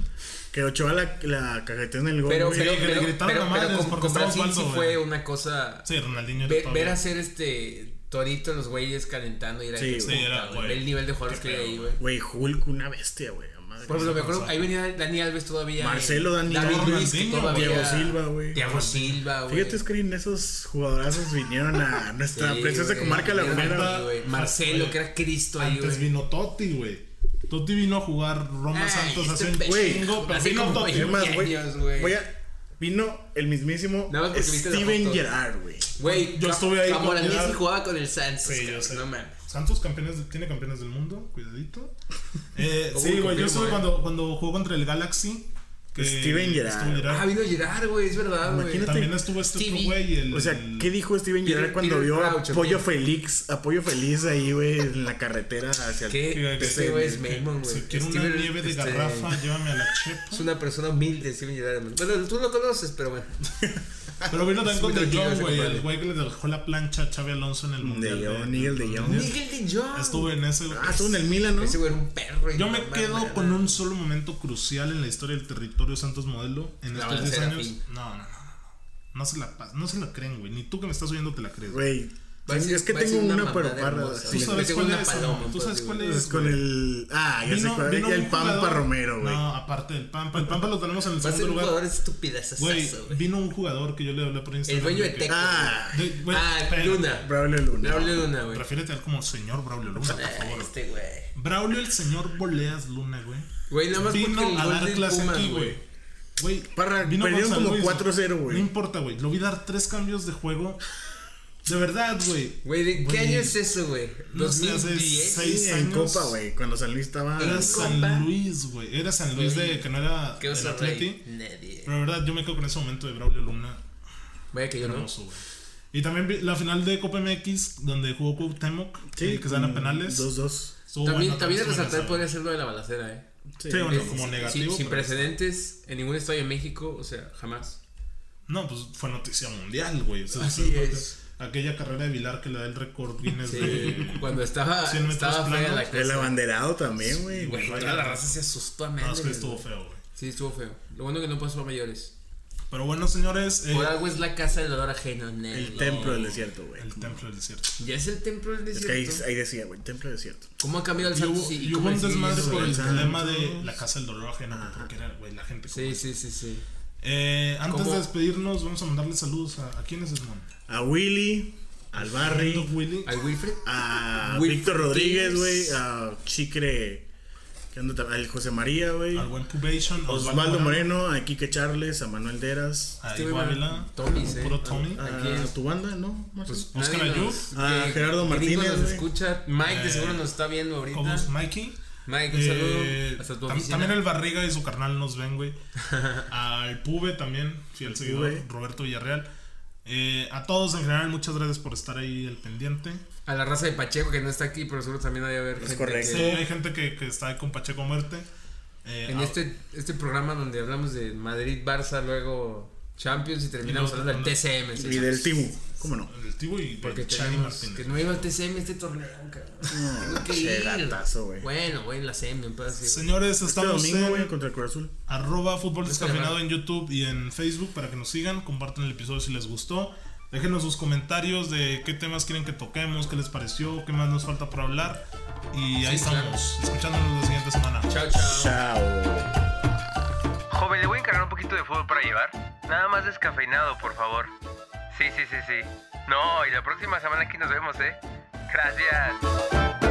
S3: Que Ochoa la, la cajeteó en el gol.
S2: Pero,
S3: güey.
S2: pero,
S1: que le
S2: pero,
S1: gritaron
S2: pero-
S1: a madres
S2: pero con,
S1: porque
S2: con
S1: estaba
S2: Brasil sí
S1: jugando,
S2: fue
S1: güey.
S2: una cosa.
S1: Sí, Ronaldinho
S2: Ve-
S1: era todavía-
S2: ver hacer este torito los güeyes calentando y era este,
S3: Sí,
S2: que
S3: sí,
S2: puta,
S1: era,
S2: güey,
S1: güey.
S2: Ve el nivel de jugadores
S1: Qué
S2: que hay
S1: pedo,
S2: ahí, güey.
S3: Güey, Hulk, una bestia, güey. a madre.
S2: Por ejemplo, me acuerdo,
S1: cosa.
S2: ahí venía Dani Alves todavía.
S3: Marcelo, Dani
S2: David
S3: Alves,
S2: Luiz, que
S1: Ronaldinho,
S2: todavía-
S3: Thiago Silva, güey.
S2: Thiago Silva, güey.
S3: Fíjate, Screen, esos jugadorazos vinieron a nuestra
S2: Sí,
S3: preciosa
S2: güey.
S3: comarca
S2: Mira,
S3: lagunera.
S2: güey, Marcelo, que era Cristo ahí,
S1: Antes
S2: güey.
S1: vino Totti, güey. Totti vino a jugar Roma
S2: Ay,
S1: Santos
S2: este
S1: hace un
S2: pendejo.
S1: chingo, pero
S2: Así
S1: vino
S2: como
S1: Totti.
S3: Es más, güey,
S2: Genios, güey.
S3: voy a- Vino el mismísimo
S2: Nada más porque viste la
S3: Steven
S2: foto.
S3: Gerrard, güey.
S2: Güey,
S1: Yo
S2: Ca-
S1: estuve ahí con
S2: Camoranesi
S1: Gerard.
S2: jugaba con el Santos.
S1: Sí,
S2: cabrón,
S1: yo sé.
S2: No mames.
S1: Santos campeones de- tiene campeones del mundo, cuidadito. Eh,
S2: Uy,
S1: sí, güey, yo
S2: confirmo,
S1: estuve
S2: eh.
S1: cuando, cuando jugó contra el Galaxy. que
S3: Steven Gerrard.
S1: estuvo
S2: Ah, vino Gerard, güey, es verdad, güey.
S3: Imagínate.
S1: También estuvo este otro
S2: Stevie.
S1: güey. el-
S3: O sea,
S1: el-
S3: ¿qué dijo Steven
S2: Mm. Peter-
S3: Gerrard cuando
S2: Peter
S3: vio a
S2: Crouch, ¿o
S3: Pollo
S2: qué?
S3: Feliz, a Pollo Feliz ahí, güey, en la carretera hacia el...
S2: ¿Qué?
S1: Fíjate,
S2: Este güey es Maimon, güey.
S1: Si quiero una
S2: Steven-
S1: nieve de
S2: este-
S1: garrafa, llévame a la chepa.
S2: Es una persona humilde, Steven Gerard, hermano. Bueno, tú lo conoces, pero bueno.
S1: Pero vino también
S2: Es
S1: con
S2: muy
S1: De
S2: tranquilo
S1: Jong,
S2: ese
S1: güey.
S2: compadre.
S1: El güey que le dejó la plancha a Xavi Alonso en el Mundial.
S3: Jong, Nigel de Jong.
S2: Miguel de Jong.
S1: Estuve en ese.
S3: Ah, estuvo en el Milan, ¿no?
S2: Ese güey era un perro. y
S1: Yo
S2: no
S1: me
S2: mames,
S1: quedo
S2: nada.
S1: con un solo momento crucial en la historia del territorio Santos Modelo en
S2: La
S1: estos 10
S2: balacera,
S1: años.
S2: fin.
S1: No, no, no, no. No se la pas- no se la creen, güey. Ni tú que me estás oyendo te la crees.
S3: Güey,
S2: Va a
S3: sí,
S2: ser-
S3: es que
S2: va a ser
S3: tengo
S2: una
S3: una pero
S2: mamada
S3: parda.
S2: hermosa,
S1: ¿Tú
S3: sí.
S2: güey.
S1: sabes
S2: Tengo
S1: cuál
S2: una
S1: es?
S2: paloma,
S1: amor? ¿Tú
S2: pues,
S1: sabes
S2: digo.
S1: cuál
S3: Es
S1: es?
S3: con
S1: güey?
S3: el... Ah, ya sé
S1: Vino-
S3: cuál.
S1: vino
S3: Y
S1: un
S3: el Pampa
S1: jugador-
S3: Romero, güey.
S1: No, aparte del Pampa. El Pampa lo tenemos en el
S2: Va a ser
S1: segundo
S2: un
S1: lugar.
S2: jugador estupidazazazo,
S1: Güey,
S2: güey.
S1: vino un jugador que yo le hablé por Instagram.
S2: El dueño de
S1: que-
S2: Tecos.
S3: Ah,
S1: De- güey,
S2: ah,
S1: espera.
S2: Luna.
S3: Braulio Luna.
S2: Braulio Luna, güey.
S1: Refiérete a él como señor Braulio Luna, por
S2: Ah,
S1: favor.
S2: Este güey.
S1: Braulio, el señor Boleas Luna, güey.
S2: Güey, nada más porque el
S1: Vino a
S2: gol
S1: dar
S2: del
S1: clase
S2: Pumas,
S1: aquí, güey. Güey,
S3: Parra,
S1: vino
S3: perdieron
S1: Gonzalo
S3: como
S1: Luis,
S3: 4-0, güey.
S1: No importa, güey. Lo vi dar tres cambios de juego. De verdad, güey.
S2: Güey, ¿de qué
S1: Güey.
S2: año es eso, güey?
S1: No sé, hace
S2: ¿2010?
S1: seis-
S3: Sí, en
S1: años.
S3: Copa, güey, cuando San Luis estaba...
S1: Era
S2: Era compa.
S1: San Luis, güey. Era San Luis de que no era
S2: ¿Qué
S1: el
S2: oso
S1: Atleti.
S2: rey? Nadie.
S1: Pero de verdad, yo me quedo con ese momento de Braulio Luna.
S2: Vaya que yo no.
S1: Hermoso, güey. Y también vi la final de Copa MX, donde jugó Cuauhtémoc, eh, que se dan a penales.
S3: 2-2.
S1: Estuvo
S2: Mm, También,
S1: bueno,
S2: también de
S1: estuvo
S2: resaltar
S1: interesante.
S2: podría ser lo de la balacera, eh.
S1: Sí, bueno,
S2: Es-
S1: como
S2: sin-
S1: negativo.
S2: Sin,
S1: pero-
S2: precedentes en ningún estadio en México, o sea, jamás.
S1: No, pues fue noticia mundial, güey. O sea,
S2: Así
S1: fue-
S2: es.
S1: Aquella carrera de Vilar que le da el récord Guinness
S2: Sí,
S1: de.
S2: cuando estaba,
S1: 100 metros
S2: estaba fea
S1: planos,
S2: la cosa.
S3: El abanderado también, güey.
S2: Güey,
S1: Vaya.
S2: toda la raza se asustó a
S1: No,
S2: madres,
S1: es que estuvo
S2: güey.
S1: feo, güey.
S2: Sí, estuvo feo. Lo bueno que no pasó a mayores.
S1: Pero bueno, señores, eh,
S2: Por algo es la casa del dolor ajeno, nene.
S3: El templo del desierto, güey.
S1: el templo del desierto.
S2: Ya es el templo del
S3: Es que ahí,
S2: desierto.
S3: ahí decía, güey, templo del desierto.
S2: ¿Cómo ha cambiado el
S1: Y hubo,
S2: Santos? y-
S1: y
S2: y
S1: hubo
S2: cómo
S1: un
S2: sigue
S1: desmadre
S2: eso,
S1: por el
S2: güey? Ah.
S1: problema de la casa del dolor ajeno, güey, porque era, güey, la gente.
S2: Sí, sí, sí, sí.
S1: Eh, antes
S2: ¿Cómo?
S1: de despedirnos, vamos a mandarle saludos a, ¿a quién es Edmond.
S3: A Willy, al
S1: Rindo
S3: Barry,
S1: Willy.
S2: ¿Al Wilfred?
S3: a
S2: Will
S3: Víctor Rodríguez, güey,
S2: Ortiz.
S3: a Chicre, que anda tam- al José María, güey,
S1: Al buen Cubation.
S3: Osvaldo Moreno, a Quique Charles, a Manuel Deras,
S1: A
S2: Este
S1: Ivo
S2: güey,
S1: Ávila.
S2: Tommys, eh.
S1: Puro Tommy.
S2: Ah,
S3: a
S2: Aquí es.
S3: tu banda, ¿no? Marcelo?
S1: Oscar
S2: Nadie
S1: Ayub.
S2: nos-
S3: Ah,
S2: que-
S3: Gerardo
S2: que
S3: Martínez,
S2: Nico nos
S3: güey.
S2: escucha. Mike, de
S1: Eh,
S2: seguro nos está viendo
S1: Como
S2: ahorita.
S1: es Mikey.
S2: Mike, un
S1: Eh,
S2: saludo. Hasta tu
S1: tam-
S2: oficina.
S1: también el Barriga y su carnal nos ven, güey. Al Pube también, fiel seguidor,
S3: Pube.
S1: Roberto Villarreal. Eh, a todos en general, muchas gracias por estar ahí al pendiente.
S2: A la raza de Pacheco que no está aquí, pero seguro también hay a ver.
S3: Es
S2: gente
S3: correcto.
S1: Sí,
S2: que-
S1: hay gente que, que está ahí con Pacheco Muerte. Eh,
S2: en
S1: a-
S2: este, este programa donde hablamos de Madrid, Barça, luego Champions y terminamos
S1: Y luego
S2: hablando del TCM.
S3: Y
S2: señores.
S3: del Tibu, ¿cómo no?
S1: El Tibu y
S2: Porque
S1: el Chani
S2: tenemos-
S1: Martínez.
S2: que no iba al TCM este torneo, cabrón. Tengo que
S3: che,
S2: ir.
S3: gatazo, güey.
S2: Bueno, güey, en la semi, un pedo así, güey.
S1: Señores,
S3: Este
S1: estamos
S3: domingo, güey,
S1: en
S3: contra el Cruz Azul.
S1: arroba fútbol
S2: Este
S1: descafeinado
S2: domingo.
S1: en YouTube y en Facebook para que nos sigan. Compartan el episodio si les gustó. Déjenos sus comentarios de qué temas quieren que toquemos, qué les pareció, qué más nos falta por hablar. Y ahí
S2: Sí, claro.
S1: estamos, escuchándonos la siguiente semana.
S2: Chao, chao.
S3: Chao.
S4: Joven, le voy a encargar un poquito de fútbol para llevar. Nada más descafeinado, por favor. Sí, sí, sí, sí. No, y la próxima semana aquí nos vemos, ¿eh? Gracias.